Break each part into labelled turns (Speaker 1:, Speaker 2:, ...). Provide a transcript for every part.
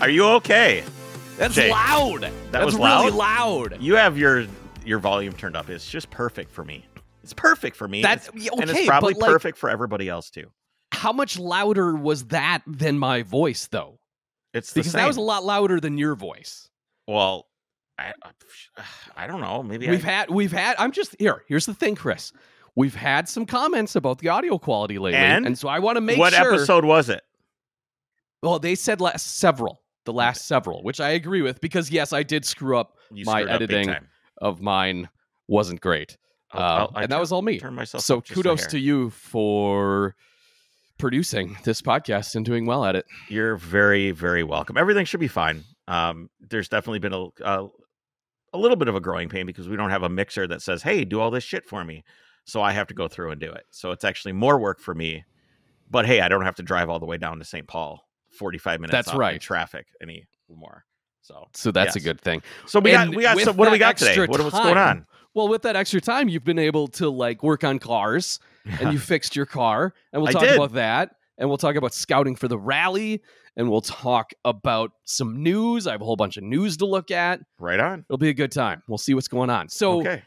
Speaker 1: Are you okay?
Speaker 2: That's
Speaker 1: Jake,
Speaker 2: loud. That That's
Speaker 1: was
Speaker 2: really
Speaker 1: loud?
Speaker 2: loud.
Speaker 1: You have your your volume turned up. It's just perfect for me. It's perfect for me.
Speaker 2: That's
Speaker 1: It's-
Speaker 2: yeah,
Speaker 1: and
Speaker 2: okay,
Speaker 1: it's probably
Speaker 2: but like,
Speaker 1: perfect for everybody else too.
Speaker 2: How much louder was that than my voice, though?
Speaker 1: It's the
Speaker 2: Because
Speaker 1: same.
Speaker 2: that was a lot louder than your voice.
Speaker 1: well, I, I don't know. Maybe
Speaker 2: We've
Speaker 1: I,
Speaker 2: had, we've had. I'm just here. Here's the thing, Chris. We've had some comments about the audio quality lately,
Speaker 1: And?
Speaker 2: so I want to make
Speaker 1: what
Speaker 2: sure.
Speaker 1: episode was it?
Speaker 2: Well, they said last several, the last several, which I agree with because yes, I did screw up
Speaker 1: You
Speaker 2: My
Speaker 1: screwed up big
Speaker 2: editing,
Speaker 1: time.
Speaker 2: of mine wasn't great,
Speaker 1: I'll-
Speaker 2: Um,
Speaker 1: I'll- Oh, I
Speaker 2: and that
Speaker 1: tur-
Speaker 2: was all me.
Speaker 1: turned myself
Speaker 2: So
Speaker 1: up just a
Speaker 2: kudos
Speaker 1: hair.
Speaker 2: to you for producing this podcast and doing well at it.
Speaker 1: You're very, very welcome. Everything should be fine. Um, there's definitely been a, a a little bit of a growing pain because we don't have a mixer that says, "Hey, do all this shit for me," so I have to go through and do it. So it's actually more work for me. But hey, I don't have to drive all the way down to St. Paul, 45 minutes.
Speaker 2: That's
Speaker 1: out in
Speaker 2: right.
Speaker 1: Traffic anymore. So,
Speaker 2: So that's a
Speaker 1: Yes.
Speaker 2: good thing.
Speaker 1: so we
Speaker 2: And
Speaker 1: got we got
Speaker 2: with
Speaker 1: some. What do we
Speaker 2: that
Speaker 1: got today?
Speaker 2: extra
Speaker 1: What, what's going
Speaker 2: time,
Speaker 1: on?
Speaker 2: Well, with that extra time, you've been able to like work on cars and you fixed your car, and we'll
Speaker 1: I
Speaker 2: talk
Speaker 1: did.
Speaker 2: about that. And we'll talk about scouting for the rally, and we'll talk about some news. I have a whole bunch of news to look at.
Speaker 1: right on.
Speaker 2: It'll be a good time. We'll see what's going on. So
Speaker 1: okay.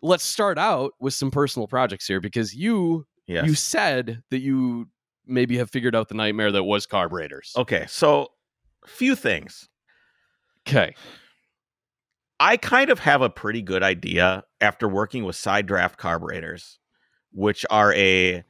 Speaker 2: let's start out with some personal projects here because you
Speaker 1: Yes.
Speaker 2: you said that you maybe have figured out the nightmare that was carburetors.
Speaker 1: okay. So, few things.
Speaker 2: Okay.
Speaker 1: I kind of have a pretty good idea after working with side draft carburetors, which are a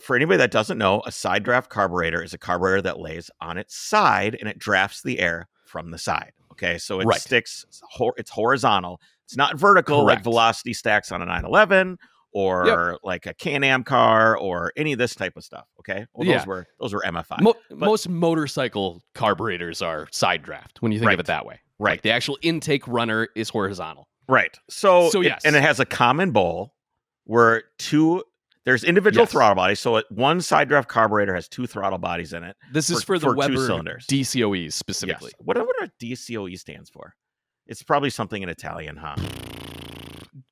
Speaker 1: for anybody that doesn't know, a side draft carburetor is a carburetor that lays on its side and it drafts the air from the side. Okay, so it
Speaker 2: Right.
Speaker 1: sticks. It's hor- it's horizontal. It's not vertical like
Speaker 2: Correct.
Speaker 1: velocity stacks on a 911 or like a Can-Am car or any of this type of stuff. Okay, well,
Speaker 2: Yeah.
Speaker 1: those were those were MFI,
Speaker 2: Mo- most motorcycle carburetors are side draft when you think of
Speaker 1: Right.
Speaker 2: it that way.
Speaker 1: right?
Speaker 2: The actual intake runner is horizontal.
Speaker 1: Right. So,
Speaker 2: So,
Speaker 1: it-
Speaker 2: yes.
Speaker 1: and it has a common bowl where two there's individual
Speaker 2: Yes.
Speaker 1: throttle bodies. So it- one side draft carburetor has two throttle bodies in it.
Speaker 2: This is
Speaker 1: For-
Speaker 2: for, the
Speaker 1: for two
Speaker 2: Weber
Speaker 1: cylinders.
Speaker 2: DCOEs specifically.
Speaker 1: Yes. What what a DCOE E stands for? It's probably something in Italian, huh?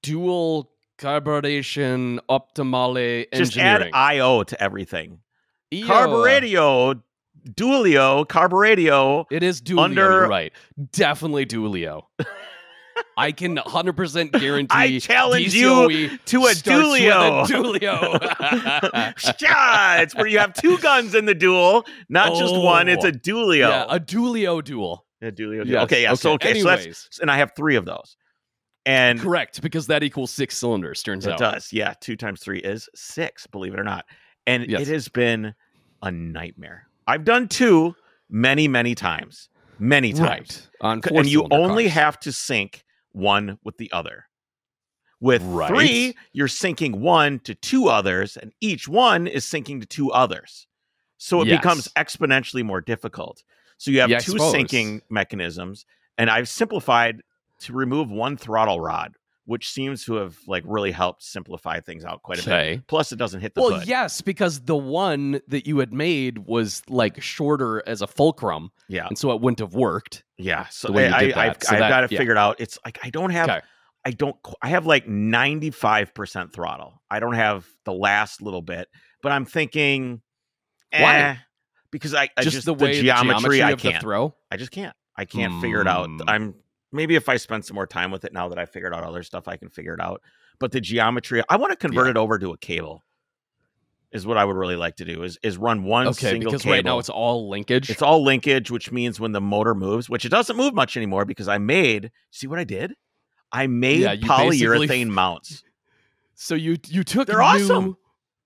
Speaker 2: Dual carburation optimale
Speaker 1: Just add
Speaker 2: engineering. E
Speaker 1: IO to everything.
Speaker 2: EO.
Speaker 1: Carburatio, Dualio, Carburatio.
Speaker 2: It is Dualio.
Speaker 1: Under-
Speaker 2: you're right. Definitely Dualio. I can 100% guarantee.
Speaker 1: I challenge you
Speaker 2: DCOE
Speaker 1: to a
Speaker 2: E starts with
Speaker 1: Dualio.
Speaker 2: a Dualio.
Speaker 1: yeah, it's where you have two guns in the duel, not just one. It's
Speaker 2: Oh.
Speaker 1: a Dualio.
Speaker 2: yeah, a Dualio duel.
Speaker 1: a Dualio.
Speaker 2: Yes,
Speaker 1: Okay, yeah. So okay, so that's
Speaker 2: Anyways,
Speaker 1: and I have three of those. And
Speaker 2: correct because that equals six cylinders. Turns
Speaker 1: it
Speaker 2: out
Speaker 1: does, yeah. Two times three is six, believe it or not. And
Speaker 2: Yes.
Speaker 1: it has been a nightmare. I've done two many, many times, many times,
Speaker 2: right on
Speaker 1: C-
Speaker 2: four
Speaker 1: and you
Speaker 2: cylinder
Speaker 1: only
Speaker 2: cars.
Speaker 1: have to sync one with the other. With
Speaker 2: Right.
Speaker 1: three, you're syncing one to two others, and each one is syncing to two others. So it
Speaker 2: Yes.
Speaker 1: becomes exponentially more difficult. So you have
Speaker 2: Yeah, I
Speaker 1: two
Speaker 2: suppose.
Speaker 1: syncing mechanisms, and I've simplified to remove one throttle rod, which seems to have like really helped simplify things out quite a bit.
Speaker 2: Okay.
Speaker 1: Plus, it doesn't hit the
Speaker 2: Well,
Speaker 1: hood.
Speaker 2: yes, because the one that you had made was like shorter as a fulcrum,
Speaker 1: Yeah,
Speaker 2: and so it wouldn't have worked.
Speaker 1: yeah. So
Speaker 2: The way you
Speaker 1: I,
Speaker 2: did
Speaker 1: I, have
Speaker 2: that. So that-
Speaker 1: got it
Speaker 2: yeah.
Speaker 1: figured out. It's like I don't have,
Speaker 2: Okay.
Speaker 1: I don't, qu- I have like ninety five percent throttle. I don't have the last little bit, but I'm thinking,
Speaker 2: Why?
Speaker 1: eh, because I, I just,
Speaker 2: the way
Speaker 1: geometry,
Speaker 2: the geometry
Speaker 1: I
Speaker 2: of the
Speaker 1: can't.
Speaker 2: throw.
Speaker 1: I just can't. I can't figure it out.
Speaker 2: Hmm.
Speaker 1: I'm maybe if I spend some more time with it now that I figured out other stuff, I can figure it out. But the geometry, I want to convert
Speaker 2: Yeah.
Speaker 1: it over to a cable. Is what I would really like to do is is run one
Speaker 2: Okay,
Speaker 1: single
Speaker 2: because
Speaker 1: cable.
Speaker 2: right now it's all linkage.
Speaker 1: It's all linkage, which means when the motor moves, which it doesn't move much anymore because I made. See what I did? I made
Speaker 2: Yeah, you
Speaker 1: polyurethane
Speaker 2: basically-
Speaker 1: mounts.
Speaker 2: So you you took
Speaker 1: They're
Speaker 2: new
Speaker 1: awesome.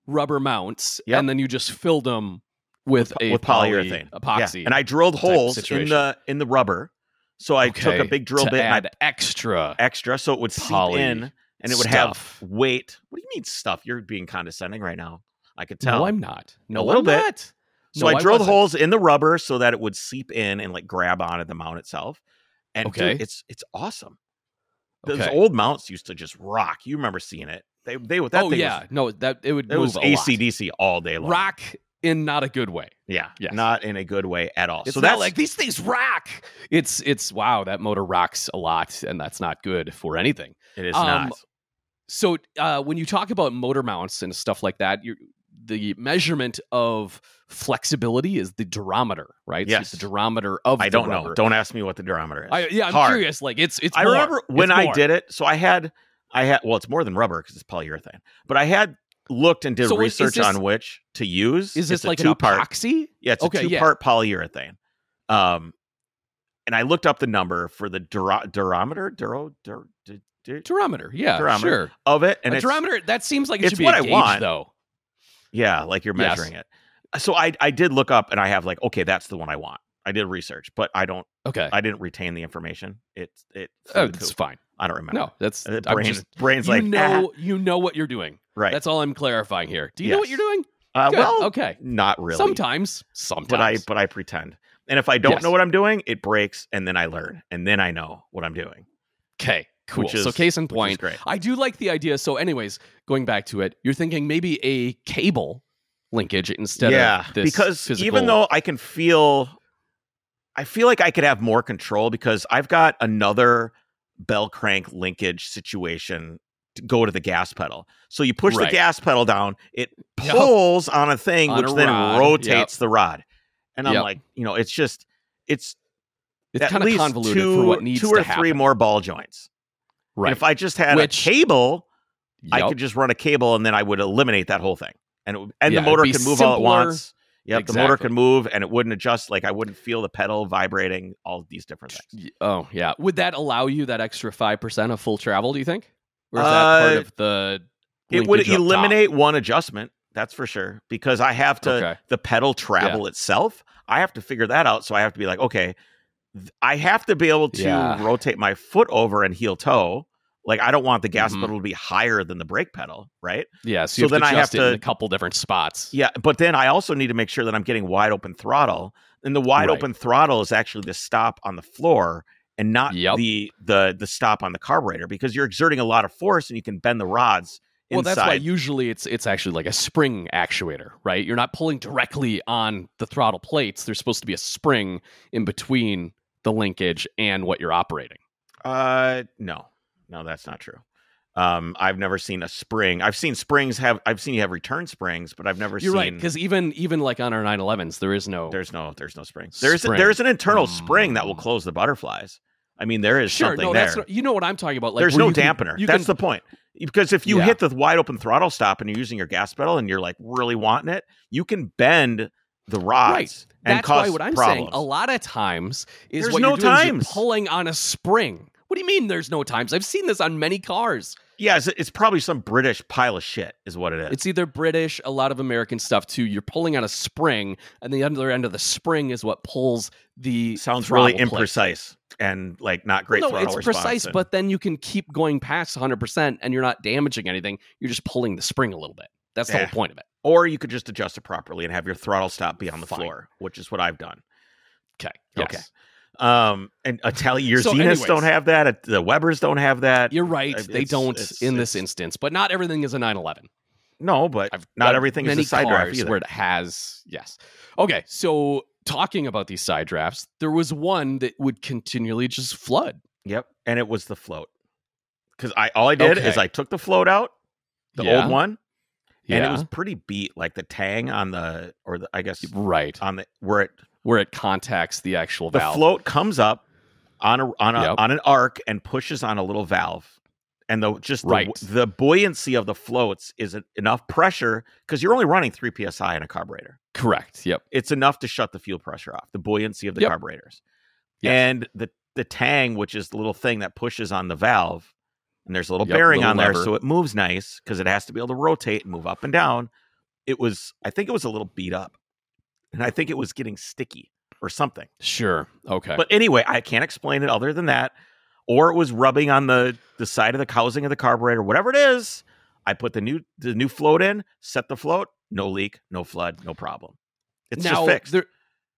Speaker 2: rubber mounts
Speaker 1: Yep.
Speaker 2: and then you just filled them with,
Speaker 1: po-
Speaker 2: a
Speaker 1: with
Speaker 2: poly-
Speaker 1: polyurethane.
Speaker 2: epoxy.
Speaker 1: and I drilled
Speaker 2: type of
Speaker 1: holes in
Speaker 2: situation.
Speaker 1: the in the rubber. So I took a
Speaker 2: Okay,
Speaker 1: big drill
Speaker 2: to
Speaker 1: bit and I
Speaker 2: add extra
Speaker 1: extra so it would seep
Speaker 2: poly
Speaker 1: in and it would
Speaker 2: stuff.
Speaker 1: have weight. What do you mean stuff? You're being condescending right now. I could tell.
Speaker 2: No, I'm not. No,
Speaker 1: A little
Speaker 2: I'm
Speaker 1: bit.
Speaker 2: Not.
Speaker 1: so
Speaker 2: no,
Speaker 1: I drilled
Speaker 2: wasn't.
Speaker 1: holes in the rubber so that it would seep in and like grab onto the mount itself. And dude,
Speaker 2: Okay.
Speaker 1: it's it's awesome. Those
Speaker 2: Okay.
Speaker 1: old mounts used to just rock. You remember seeing it? They they that
Speaker 2: oh
Speaker 1: thing
Speaker 2: yeah,
Speaker 1: was,
Speaker 2: no, that it would
Speaker 1: that
Speaker 2: move
Speaker 1: was
Speaker 2: a lot.
Speaker 1: ACDC all day long.
Speaker 2: rock in not a good way.
Speaker 1: Yeah,
Speaker 2: Yes.
Speaker 1: not in a good way at all.
Speaker 2: It's
Speaker 1: Oh, so
Speaker 2: not
Speaker 1: that's
Speaker 2: like these things rock. It's it's wow, that motor rocks a lot, and that's not good for anything.
Speaker 1: it is
Speaker 2: um,
Speaker 1: not.
Speaker 2: So uh, when you talk about motor mounts and stuff like that, you the measurement of flexibility is the durometer, right? So it's
Speaker 1: Yes.
Speaker 2: the durometer of
Speaker 1: I
Speaker 2: the
Speaker 1: don't know.
Speaker 2: rubber.
Speaker 1: Don't ask me what the durometer is.
Speaker 2: I, yeah, I'm
Speaker 1: Hard.
Speaker 2: curious. Like it's it's.
Speaker 1: I
Speaker 2: more.
Speaker 1: remember when
Speaker 2: It's
Speaker 1: I
Speaker 2: more.
Speaker 1: did it. So I had, I had, well, it's more than rubber because it's polyurethane. But I had looked and did
Speaker 2: So is- is
Speaker 1: research
Speaker 2: this-
Speaker 1: on which to use.
Speaker 2: Is this
Speaker 1: It's a
Speaker 2: like an
Speaker 1: two-part-
Speaker 2: epoxy?
Speaker 1: Yeah, it's
Speaker 2: Okay,
Speaker 1: a
Speaker 2: yeah.
Speaker 1: two-part polyurethane. Um, and I looked up the number for the duro- durometer, duro, dur, dur, dur-
Speaker 2: Durometer. Yeah,
Speaker 1: Durometer.
Speaker 2: sure.
Speaker 1: of it, and
Speaker 2: a
Speaker 1: it's
Speaker 2: durometer. That seems like it
Speaker 1: it's
Speaker 2: should be
Speaker 1: what
Speaker 2: a
Speaker 1: I
Speaker 2: gauge,
Speaker 1: want.
Speaker 2: though.
Speaker 1: yeah, like you're
Speaker 2: Yes.
Speaker 1: measuring it. So I, I did look up, and I have like, okay, that's the one I want. I did research, but I don't,
Speaker 2: Okay.
Speaker 1: I didn't retain the information. It's, it,
Speaker 2: Eh. oh,
Speaker 1: flew the
Speaker 2: that's
Speaker 1: coop.
Speaker 2: fine.
Speaker 1: I don't remember.
Speaker 2: No, that's
Speaker 1: And the
Speaker 2: I'm
Speaker 1: brains,
Speaker 2: just.
Speaker 1: brains
Speaker 2: you
Speaker 1: like
Speaker 2: know,
Speaker 1: "Ah."
Speaker 2: you know what you're doing.
Speaker 1: right.
Speaker 2: That's all I'm clarifying here. Do you know what
Speaker 1: Yes.
Speaker 2: you're doing?
Speaker 1: Uh,
Speaker 2: Good.
Speaker 1: well,
Speaker 2: okay.
Speaker 1: not really.
Speaker 2: Sometimes, sometimes.
Speaker 1: but I but I pretend. And if I don't
Speaker 2: Yes.
Speaker 1: know what I'm doing, it breaks, and then I learn, and then I know what I'm doing.
Speaker 2: okay, cool.
Speaker 1: which is-
Speaker 2: so case in
Speaker 1: Which is
Speaker 2: point,
Speaker 1: great.
Speaker 2: I do like the idea. So, anyways, going back to it, you're thinking maybe a cable linkage instead
Speaker 1: yeah,
Speaker 2: of this
Speaker 1: because
Speaker 2: physical-
Speaker 1: even though I can feel, I feel like I could have more control because I've got another bell crank linkage situation to go to the gas pedal. So you push
Speaker 2: Right.
Speaker 1: the gas pedal down, it
Speaker 2: Yep.
Speaker 1: pulls on a thing,
Speaker 2: On
Speaker 1: which
Speaker 2: a
Speaker 1: then
Speaker 2: rod.
Speaker 1: rotates the rod. And I'm
Speaker 2: Yep.
Speaker 1: like, you know, it's just it's
Speaker 2: it's
Speaker 1: at
Speaker 2: kind of
Speaker 1: least
Speaker 2: convoluted
Speaker 1: two,
Speaker 2: for what needs
Speaker 1: two or
Speaker 2: to
Speaker 1: three
Speaker 2: happen.
Speaker 1: more ball joints. And
Speaker 2: Right.
Speaker 1: if I just had
Speaker 2: Which-
Speaker 1: a cable, I
Speaker 2: Yep.
Speaker 1: could just run a cable and then I would eliminate that whole thing. And it, would- and
Speaker 2: Yeah,
Speaker 1: the
Speaker 2: it'd
Speaker 1: motor
Speaker 2: be
Speaker 1: could move all at
Speaker 2: simpler.
Speaker 1: once. Yep, the motor
Speaker 2: Exactly.
Speaker 1: could move and it wouldn't adjust. Like I wouldn't feel the pedal vibrating. All these different things.
Speaker 2: Y- Oh yeah. Would that allow you that extra five percent of full travel? Do you think, or is that part
Speaker 1: Uh,
Speaker 2: of the?
Speaker 1: It would
Speaker 2: linkage up top?
Speaker 1: eliminate one adjustment. That's for sure because I have to
Speaker 2: Okay.
Speaker 1: the pedal travel itself. I have to figure that out. So I have to be like, okay, th- I have to be able to
Speaker 2: Yeah.
Speaker 1: rotate my foot over and heel toe. Like I don't want the gas
Speaker 2: Mhm.
Speaker 1: pedal to be higher than the brake pedal, right?
Speaker 2: Yeah.
Speaker 1: so
Speaker 2: So, you have
Speaker 1: then
Speaker 2: to
Speaker 1: I have
Speaker 2: adjust it in
Speaker 1: to-
Speaker 2: a couple different spots.
Speaker 1: Yeah, but then I also need to make sure that I'm getting wide open throttle, and the wide
Speaker 2: Right.
Speaker 1: open throttle is actually the stop on the floor and not
Speaker 2: Yep.
Speaker 1: the the the stop on the carburetor because you're exerting a lot of force and you can bend the rods
Speaker 2: Well,
Speaker 1: inside.
Speaker 2: that's why usually it's it's actually like a spring actuator, right? You're not pulling directly on the throttle plates. There's supposed to be a spring in between the linkage and what you're operating.
Speaker 1: Uh, no, no, that's not true. Um, I've never seen a spring. I've seen springs have. I've seen you have return springs, but I've never
Speaker 2: You're
Speaker 1: seen.
Speaker 2: right, because even even like on our 911s, there is no
Speaker 1: there's no. There's no spring. There's
Speaker 2: Spring.
Speaker 1: there's an internal spring that will
Speaker 2: Mm.
Speaker 1: close the butterflies. I mean, there is
Speaker 2: sure.
Speaker 1: something
Speaker 2: No,
Speaker 1: there.
Speaker 2: that's not, you know what I'm talking about. Like
Speaker 1: there's
Speaker 2: where
Speaker 1: no
Speaker 2: you can-
Speaker 1: dampener.
Speaker 2: you
Speaker 1: that's
Speaker 2: can-
Speaker 1: the point. Because if you
Speaker 2: Yeah.
Speaker 1: hit the wide open throttle stop and you're using your gas pedal and you're like really wanting it, you can bend the rods
Speaker 2: Right.
Speaker 1: and
Speaker 2: That's
Speaker 1: cause
Speaker 2: why what I'm
Speaker 1: problems.
Speaker 2: saying a lot of times is
Speaker 1: There's
Speaker 2: what
Speaker 1: no
Speaker 2: you're doing is you're
Speaker 1: times.
Speaker 2: pulling on a spring. What do you mean there's no times? I've seen this on many cars.
Speaker 1: yeah, it's, it's probably some British pile of shit, is what it is.
Speaker 2: It's either British, a lot of American stuff too. You're pulling on a spring, and the other end of the spring is what pulls the
Speaker 1: sounds
Speaker 2: throttle
Speaker 1: really
Speaker 2: plate.
Speaker 1: imprecise and like not great.
Speaker 2: No,
Speaker 1: throttle
Speaker 2: it's
Speaker 1: response
Speaker 2: precise,
Speaker 1: and-
Speaker 2: but then you can keep going past 100, percent and you're not damaging anything. You're just pulling the spring a little bit. That's the
Speaker 1: Yeah.
Speaker 2: whole point of it.
Speaker 1: or you could just adjust it properly and have your throttle stop be on the
Speaker 2: Fine.
Speaker 1: floor, which is what I've done.
Speaker 2: Okay.
Speaker 1: Okay.
Speaker 2: Yes.
Speaker 1: Um, and Italian your
Speaker 2: So
Speaker 1: Zenas
Speaker 2: anyways.
Speaker 1: don't have that. uh, The Webers don't have that.
Speaker 2: You're right.
Speaker 1: Uh,
Speaker 2: They
Speaker 1: it's-
Speaker 2: don't
Speaker 1: it's-
Speaker 2: in this
Speaker 1: it's-
Speaker 2: instance, but not everything is a 911.
Speaker 1: no, but
Speaker 2: I've
Speaker 1: not
Speaker 2: got
Speaker 1: everything is
Speaker 2: many
Speaker 1: a side draft
Speaker 2: cars
Speaker 1: either.
Speaker 2: Where it has yes. Okay, so talking about these side drafts, there was one that would continually just flood.
Speaker 1: Yep. And it was the float. Because I all I did is
Speaker 2: Okay.
Speaker 1: I took the float out, the
Speaker 2: Yeah,
Speaker 1: old one, and it
Speaker 2: yeah.
Speaker 1: was pretty beat, like the tang on the or the I guess
Speaker 2: right
Speaker 1: on the where it
Speaker 2: where it contacts the actual
Speaker 1: the
Speaker 2: valve.
Speaker 1: float comes up on a on a
Speaker 2: Yep.
Speaker 1: on an arc and pushes on a little valve. And the just the,
Speaker 2: Right.
Speaker 1: the buoyancy of the floats is en- enough pressure because you're only running three psi in a carburetor.
Speaker 2: Correct. Yep.
Speaker 1: It's enough to shut the fuel pressure off. The buoyancy of the
Speaker 2: Yep.
Speaker 1: carburetors,
Speaker 2: Yes.
Speaker 1: and the the tang, which is the little thing that pushes on the valve, and there's a little
Speaker 2: Yep,
Speaker 1: bearing
Speaker 2: little
Speaker 1: on there,
Speaker 2: lever.
Speaker 1: so it moves nice because it has to be able to rotate and move up and down. It was, I think, it was a little beat up, and I think it was getting sticky or something.
Speaker 2: Sure. Okay.
Speaker 1: But anyway, I can't explain it other than that. Or it was rubbing on the the side of the housing of the carburetor, whatever it is. I put the new the new float in, set the float, no leak, no flood, no problem. It's just
Speaker 2: now
Speaker 1: fixed.
Speaker 2: there.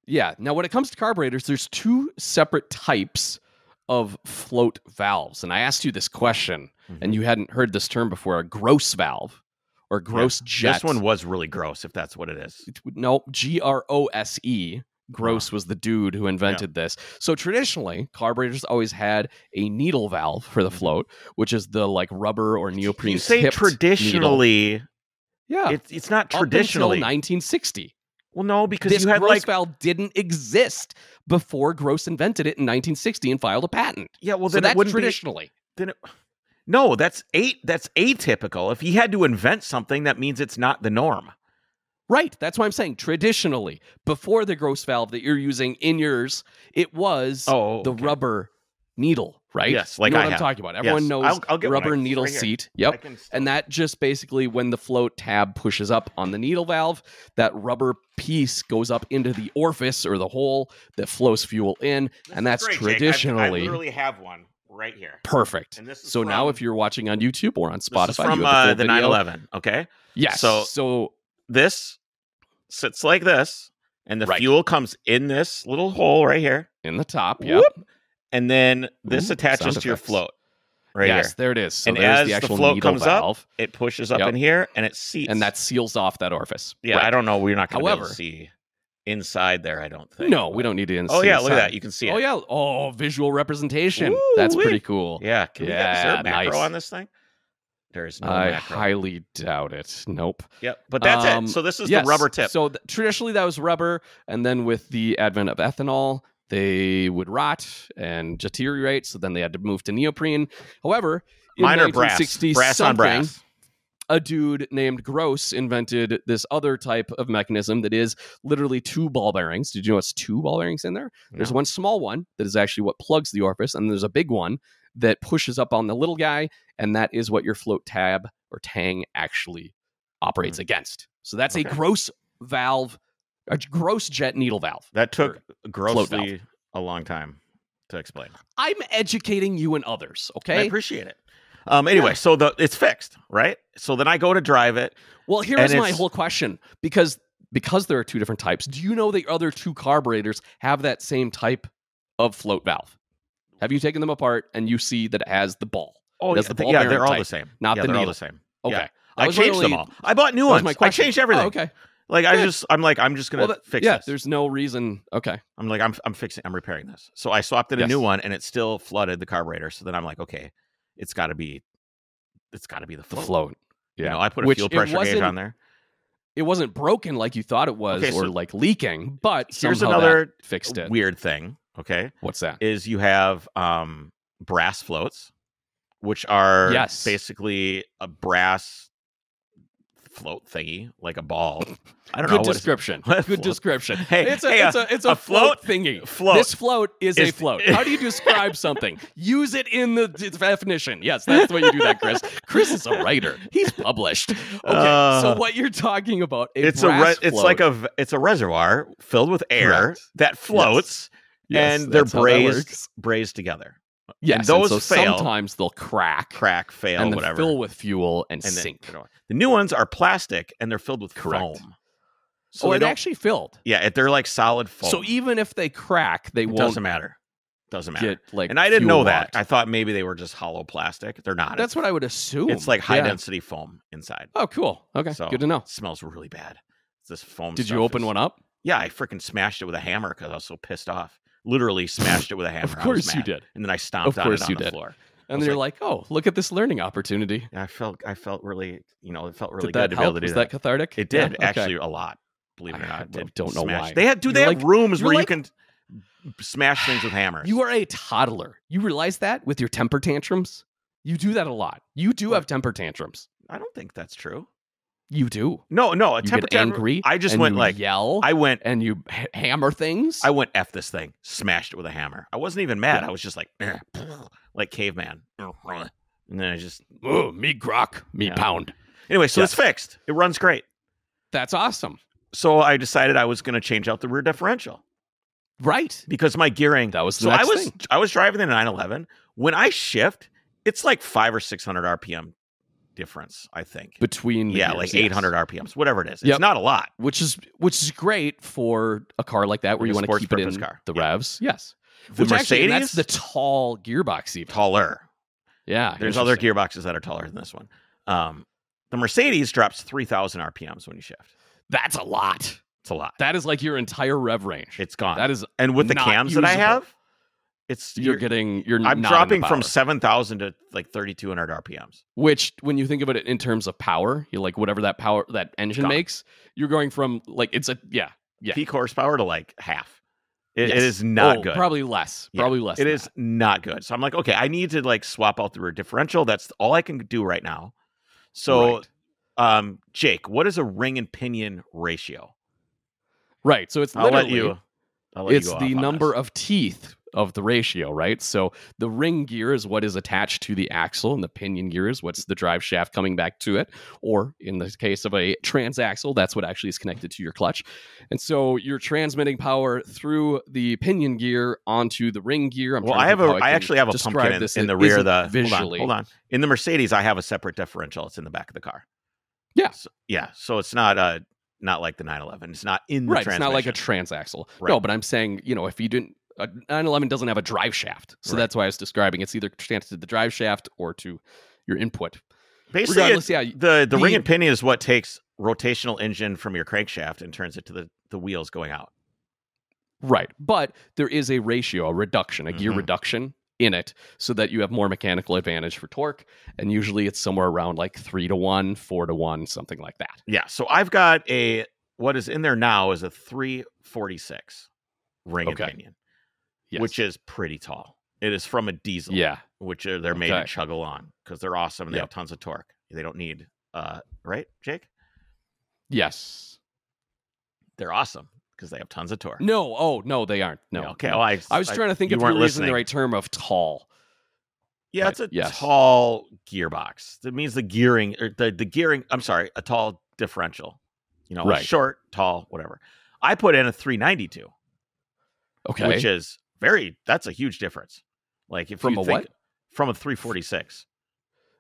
Speaker 2: Yeah. Now when it comes to carburetors, there's two separate types of float valves, and I asked you this question,
Speaker 1: Mm-hmm.
Speaker 2: and you hadn't heard this term before: a gross valve or gross jet.
Speaker 1: This one was really gross, if that's what it is.
Speaker 2: It would- no G R O S E. Gross
Speaker 1: Uh-huh.
Speaker 2: was the dude who invented this. So traditionally, carburetors always had a needle valve for the float, which is the like rubber or neoprene.
Speaker 1: Mm-hmm. you say
Speaker 2: tipped needle.
Speaker 1: traditionally
Speaker 2: Yeah.
Speaker 1: It's it's not
Speaker 2: Up until
Speaker 1: traditionally.
Speaker 2: 1960.
Speaker 1: Well, no, because
Speaker 2: This
Speaker 1: you had
Speaker 2: gross
Speaker 1: like
Speaker 2: valve didn't exist before Gross invented it in 1960 and filed a patent.
Speaker 1: yeah. Well,
Speaker 2: so
Speaker 1: then it
Speaker 2: that's
Speaker 1: wouldn't be
Speaker 2: traditionally.
Speaker 1: then it, no that's eight that's atypical if he had to invent something that means it's not the norm
Speaker 2: Right. That's why I'm saying traditionally, before the gross valve that you're using in yours, it was
Speaker 1: oh
Speaker 2: the rubber needle, right?
Speaker 1: Yes, like
Speaker 2: you know
Speaker 1: I
Speaker 2: what
Speaker 1: have.
Speaker 2: I'm talking about. Everyone
Speaker 1: Yes.
Speaker 2: knows
Speaker 1: I'll- I'll get one.
Speaker 2: rubber
Speaker 1: It's
Speaker 2: needle
Speaker 1: right here.
Speaker 2: seat. Yep. And that just basically when the float tab pushes up on the needle valve, that rubber piece goes up into the orifice or the hole that flows fuel in, and that's traditionally
Speaker 1: have one right here
Speaker 2: perfect.
Speaker 1: And this is
Speaker 2: So now
Speaker 1: from-
Speaker 2: if you're watching on YouTube or on Spotify,
Speaker 1: this is from
Speaker 2: you have
Speaker 1: uh,
Speaker 2: the
Speaker 1: the
Speaker 2: full video.
Speaker 1: 911 okay
Speaker 2: Yes.
Speaker 1: So-
Speaker 2: so
Speaker 1: this sits like this and the
Speaker 2: Right.
Speaker 1: fuel comes in this little hole right here
Speaker 2: in the top, yep.
Speaker 1: Whoop. and then this
Speaker 2: Ooh,
Speaker 1: attaches
Speaker 2: sound
Speaker 1: to your
Speaker 2: effects.
Speaker 1: float right
Speaker 2: yes,
Speaker 1: here
Speaker 2: there it is. So
Speaker 1: And
Speaker 2: there's
Speaker 1: as
Speaker 2: the
Speaker 1: the
Speaker 2: actual
Speaker 1: float
Speaker 2: needle
Speaker 1: comes up,
Speaker 2: valve,
Speaker 1: it pushes up
Speaker 2: Yep.
Speaker 1: in here and it seats
Speaker 2: and that seals off that orifice.
Speaker 1: yeah
Speaker 2: Right.
Speaker 1: i don't know we're not going to
Speaker 2: However-
Speaker 1: see inside there i don't think
Speaker 2: no,
Speaker 1: but-
Speaker 2: we don't need to.
Speaker 1: Oh
Speaker 2: see
Speaker 1: yeah,
Speaker 2: the
Speaker 1: look at
Speaker 2: side.
Speaker 1: that. You can see it.
Speaker 2: Oh yeah. Oh, visual representation. That's
Speaker 1: Woo-wee.
Speaker 2: pretty cool.
Speaker 1: Yeah. Can we
Speaker 2: Yeah,
Speaker 1: get a macro
Speaker 2: nice.
Speaker 1: on this thing? There is no
Speaker 2: I
Speaker 1: macro.
Speaker 2: highly doubt it. Nope.
Speaker 1: yep. But that's
Speaker 2: Um,
Speaker 1: it. So this is
Speaker 2: Yes.
Speaker 1: the rubber tip.
Speaker 2: So th- traditionally that was rubber, and then with the advent of ethanol, they would rot and deteriorate. So then they had to move to neoprene. However, in
Speaker 1: Minor brass.
Speaker 2: 1960
Speaker 1: Brass on
Speaker 2: something,
Speaker 1: brass.
Speaker 2: a dude named Gross invented this other type of mechanism that is literally two ball bearings. Did you know it's two ball bearings in there? There's
Speaker 1: No.
Speaker 2: one small one that is actually what plugs the orifice, and there's a big one that pushes up on the little guy, and that is what your float tab or tang actually operates against. So that's
Speaker 1: Mm. Okay.
Speaker 2: a gross valve, a gross jet needle valve.
Speaker 1: That took
Speaker 2: valve.
Speaker 1: grossly a long time to explain.
Speaker 2: I'm educating you and others,
Speaker 1: I
Speaker 2: okay?
Speaker 1: appreciate it. Um anyway,
Speaker 2: Yeah.
Speaker 1: so the it's fixed, right? So then I go to drive it.
Speaker 2: Well, here
Speaker 1: And
Speaker 2: is my
Speaker 1: it's-
Speaker 2: whole question because because there are two different types. Do you know the other two carburetors have that same type of float valve? Have you taken them apart and you see that it has the ball?
Speaker 1: Oh
Speaker 2: That's
Speaker 1: yeah,
Speaker 2: the
Speaker 1: th-
Speaker 2: ball
Speaker 1: yeah
Speaker 2: bearing
Speaker 1: they're all
Speaker 2: type,
Speaker 1: the same.
Speaker 2: not
Speaker 1: yeah,
Speaker 2: the
Speaker 1: they're all
Speaker 2: needle.
Speaker 1: the same.
Speaker 2: Okay,
Speaker 1: Yeah.
Speaker 2: that
Speaker 1: I
Speaker 2: was
Speaker 1: changed
Speaker 2: my
Speaker 1: them
Speaker 2: only-
Speaker 1: all. I bought new
Speaker 2: that
Speaker 1: ones.
Speaker 2: was my
Speaker 1: I
Speaker 2: question.
Speaker 1: changed everything.
Speaker 2: Oh, okay.
Speaker 1: Like I
Speaker 2: Good.
Speaker 1: just I'm like, I'm just gonna
Speaker 2: that-
Speaker 1: fix
Speaker 2: yeah,
Speaker 1: this.
Speaker 2: there's no reason. Okay,
Speaker 1: I'm like, I'm I'm fixing, I'm repairing this. So I swapped in a new
Speaker 2: Yes.
Speaker 1: one, and it still flooded the carburetor. So then I'm like, okay, it's got to be, it's got to be the
Speaker 2: the
Speaker 1: float.
Speaker 2: float.
Speaker 1: You
Speaker 2: yeah.
Speaker 1: know, I put a
Speaker 2: Which
Speaker 1: fuel
Speaker 2: it
Speaker 1: pressure gauge
Speaker 2: wasn't-
Speaker 1: on there.
Speaker 2: It wasn't broken like you thought it was,
Speaker 1: Okay, so
Speaker 2: or like leaking. But
Speaker 1: here's
Speaker 2: somehow that
Speaker 1: another
Speaker 2: fixed it.
Speaker 1: Weird thing, okay,
Speaker 2: What's that?
Speaker 1: is you have um brass floats, which are
Speaker 2: Yes.
Speaker 1: basically a brass float thingy, like a ball. I don't
Speaker 2: Good
Speaker 1: know what it's-
Speaker 2: description.
Speaker 1: What a
Speaker 2: Good
Speaker 1: float.
Speaker 2: description.
Speaker 1: Hey,
Speaker 2: it's a,
Speaker 1: hey,
Speaker 2: it's a, it's a,
Speaker 1: a float-
Speaker 2: float, thingy.
Speaker 1: float.
Speaker 2: This float is, a
Speaker 1: is-
Speaker 2: float. How do you describe something? Use it in the d- definition. Yes, that's the way you do that, Chris. Chris is a writer. He's published. Okay, so
Speaker 1: Uh,
Speaker 2: what you're talking about? A
Speaker 1: it's a
Speaker 2: brass
Speaker 1: re- it's
Speaker 2: float.
Speaker 1: like a v- it's a reservoir filled with air
Speaker 2: Correct.
Speaker 1: that floats
Speaker 2: Yes,
Speaker 1: and they're
Speaker 2: that's how that
Speaker 1: braised
Speaker 2: works.
Speaker 1: braised together.
Speaker 2: Yes,
Speaker 1: and those
Speaker 2: so
Speaker 1: fail.
Speaker 2: Sometimes they'll crack,
Speaker 1: crack, fail,
Speaker 2: and then
Speaker 1: whatever.
Speaker 2: fill with fuel and,
Speaker 1: and then-
Speaker 2: sink.
Speaker 1: The new ones are plastic and they're filled with
Speaker 2: Correct.
Speaker 1: foam. So
Speaker 2: So oh,
Speaker 1: they
Speaker 2: it
Speaker 1: don't,
Speaker 2: actually filled.
Speaker 1: yeah, it- they're like solid foam.
Speaker 2: So even if they crack, they
Speaker 1: it
Speaker 2: won't
Speaker 1: doesn't matter. Doesn't matter.
Speaker 2: get like.
Speaker 1: and I didn't
Speaker 2: fuel
Speaker 1: know that.
Speaker 2: rot.
Speaker 1: I thought maybe they were just hollow plastic. They're not.
Speaker 2: That's
Speaker 1: It's-
Speaker 2: what I would assume.
Speaker 1: It's like high
Speaker 2: Yeah.
Speaker 1: density foam inside.
Speaker 2: Oh, cool. Okay,
Speaker 1: So-
Speaker 2: good to know.
Speaker 1: smells really bad. This foam.
Speaker 2: Did you open one up?
Speaker 1: Yeah, I freaking smashed it with a hammer because I was so pissed off. Literally smashed it with a hammer.
Speaker 2: Of
Speaker 1: I was
Speaker 2: course you
Speaker 1: mad.
Speaker 2: did.
Speaker 1: And then I stomped
Speaker 2: Of
Speaker 1: on
Speaker 2: course
Speaker 1: it on
Speaker 2: you
Speaker 1: the
Speaker 2: did.
Speaker 1: floor. I was
Speaker 2: And then you're like, oh, look at this learning opportunity.
Speaker 1: And I felt I felt really you know it felt really
Speaker 2: did that
Speaker 1: good to be
Speaker 2: help?
Speaker 1: able to do
Speaker 2: Was that cathartic?
Speaker 1: It
Speaker 2: Yeah,
Speaker 1: did
Speaker 2: okay.
Speaker 1: actually a lot. Believe it or
Speaker 2: I
Speaker 1: not, it did
Speaker 2: don't know
Speaker 1: smash-
Speaker 2: why.
Speaker 1: They had do they
Speaker 2: You're
Speaker 1: have
Speaker 2: like-
Speaker 1: rooms
Speaker 2: you're
Speaker 1: where
Speaker 2: like-
Speaker 1: you can smash things with hammers?
Speaker 2: You are a toddler. You realize that with your temper tantrums? You do that a lot. You do have temper tantrums.
Speaker 1: I don't think that's true.
Speaker 2: You do.
Speaker 1: No, no, a
Speaker 2: You
Speaker 1: temper
Speaker 2: get
Speaker 1: tantrum-
Speaker 2: angry.
Speaker 1: I just
Speaker 2: and
Speaker 1: went
Speaker 2: you
Speaker 1: like
Speaker 2: yell
Speaker 1: I went
Speaker 2: and you h- hammer things.
Speaker 1: I went f this thing, smashed it with a hammer. I wasn't even mad.
Speaker 2: Yeah.
Speaker 1: I was just like "Eh, pff," like caveman, and then I just
Speaker 2: oh, me grok, me
Speaker 1: Yeah.
Speaker 2: pound.
Speaker 1: anyway. So it's
Speaker 2: Yes.
Speaker 1: fixed. It runs great.
Speaker 2: That's awesome,
Speaker 1: So I decided I was going to change out the rear differential.
Speaker 2: right?
Speaker 1: because my gearing
Speaker 2: That was the
Speaker 1: so
Speaker 2: next
Speaker 1: I was
Speaker 2: thing.
Speaker 1: I was driving the 911 when I shift it's like 5 or 600 rpm difference I think
Speaker 2: Between the
Speaker 1: yeah
Speaker 2: gears,
Speaker 1: like
Speaker 2: yes.
Speaker 1: 800 rpms whatever it is
Speaker 2: Yep.
Speaker 1: it's not a lot
Speaker 2: which is which is great for a car like that
Speaker 1: Like a
Speaker 2: where you want to
Speaker 1: sports
Speaker 2: keep it
Speaker 1: purpose
Speaker 2: in
Speaker 1: car.
Speaker 2: the
Speaker 1: Yeah.
Speaker 2: revs. Yes,
Speaker 1: the
Speaker 2: Which actually,
Speaker 1: Mercedes
Speaker 2: that's the tall gearbox even.
Speaker 1: taller
Speaker 2: Yeah,
Speaker 1: there's other
Speaker 2: Ah, interesting.
Speaker 1: gearboxes that are taller than this one um the Mercedes drops 3000 rpms when you shift
Speaker 2: That's a lot.
Speaker 1: it's a lot
Speaker 2: That is like your entire rev range.
Speaker 1: it's gone
Speaker 2: that is
Speaker 1: and with the
Speaker 2: not
Speaker 1: cams that I
Speaker 2: usable.
Speaker 1: have It's
Speaker 2: You're, getting you're
Speaker 1: I'm
Speaker 2: not
Speaker 1: dropping
Speaker 2: enough
Speaker 1: from
Speaker 2: power.
Speaker 1: seven thousand to like thirty two hundred RPMs.
Speaker 2: which when you think about it in terms of power, you like whatever that power that engine
Speaker 1: Gone.
Speaker 2: makes, you're going from like it's a yeah Yeah.
Speaker 1: Peak horsepower to like half. It-
Speaker 2: Yes.
Speaker 1: it is not
Speaker 2: Oh,
Speaker 1: good.
Speaker 2: Probably less.
Speaker 1: Yeah,
Speaker 2: Probably less.
Speaker 1: It
Speaker 2: than
Speaker 1: is
Speaker 2: that.
Speaker 1: not good. So I'm like, okay, I need to like swap out the rear differential. That's all I can do right now. So,
Speaker 2: right.
Speaker 1: um, Jake, what is a ring and pinion ratio?
Speaker 2: Right, So it's
Speaker 1: I'll
Speaker 2: literally
Speaker 1: let you. I'll let you
Speaker 2: it's
Speaker 1: go off
Speaker 2: the
Speaker 1: on
Speaker 2: number
Speaker 1: this.
Speaker 2: of teeth of the ratio, right? So the ring gear is what is attached to the axle, and the pinion gear is what's the drive shaft coming back to it. Or in the case of a transaxle, that's what actually is connected to your clutch. And so you're transmitting power through the pinion gear onto the ring gear. I'm
Speaker 1: Well,
Speaker 2: trying to
Speaker 1: I have a.
Speaker 2: think how
Speaker 1: I
Speaker 2: can
Speaker 1: actually have a
Speaker 2: describe
Speaker 1: pumpkin in,
Speaker 2: this
Speaker 1: in the
Speaker 2: that
Speaker 1: rear. Of
Speaker 2: isn't
Speaker 1: the
Speaker 2: visually.
Speaker 1: Hold on, hold on. In the Mercedes, I have a separate differential. It's in the back of the car.
Speaker 2: Yeah.
Speaker 1: So, yeah. So it's not uh not like the 911. It's not in the
Speaker 2: right it's not like a
Speaker 1: transmission.
Speaker 2: transaxle no
Speaker 1: Right.
Speaker 2: but i'm saying you know if you didn't a 911 doesn't have a drive shaft so
Speaker 1: Right.
Speaker 2: that's why i was describing it's either connected to the drive shaft or to your input
Speaker 1: Basically,
Speaker 2: regardless
Speaker 1: it,
Speaker 2: yeah you-
Speaker 1: the the ring
Speaker 2: the-
Speaker 1: and pinion is what takes rotational engine from your crankshaft and turns it to the the wheels going out.
Speaker 2: right but there is a ratio a reduction a gear
Speaker 1: Mhm.
Speaker 2: reduction in it so that you have more mechanical advantage for torque and usually it's somewhere around like three to one four to one something like that
Speaker 1: Yeah. So I've got a what is in there now is a 346 ring and
Speaker 2: Okay.
Speaker 1: pinion,
Speaker 2: yes.
Speaker 1: which is pretty tall. It is from a diesel,
Speaker 2: yeah
Speaker 1: which are, they're made
Speaker 2: Okay.
Speaker 1: to chuggle on because they're awesome. and They
Speaker 2: Yep.
Speaker 1: have tons of torque. They don't need, uh, right, Jake?
Speaker 2: yes
Speaker 1: They're awesome because they have tons of torque.
Speaker 2: no oh no they aren't no
Speaker 1: Yeah, okay.
Speaker 2: no.
Speaker 1: Well, I,
Speaker 2: i was trying to think
Speaker 1: you
Speaker 2: if
Speaker 1: weren't
Speaker 2: you're using
Speaker 1: listening.
Speaker 2: the right term of tall
Speaker 1: Yeah,
Speaker 2: but
Speaker 1: it's a
Speaker 2: yes.
Speaker 1: tall gearbox. That means the gearing or the, the gearing, I'm sorry, a tall differential. You know,
Speaker 2: Right.
Speaker 1: short, tall, whatever. I put in a 392.
Speaker 2: okay
Speaker 1: which is very that's a huge difference. Like if
Speaker 2: From
Speaker 1: you
Speaker 2: a
Speaker 1: think,
Speaker 2: what?
Speaker 1: From a 346.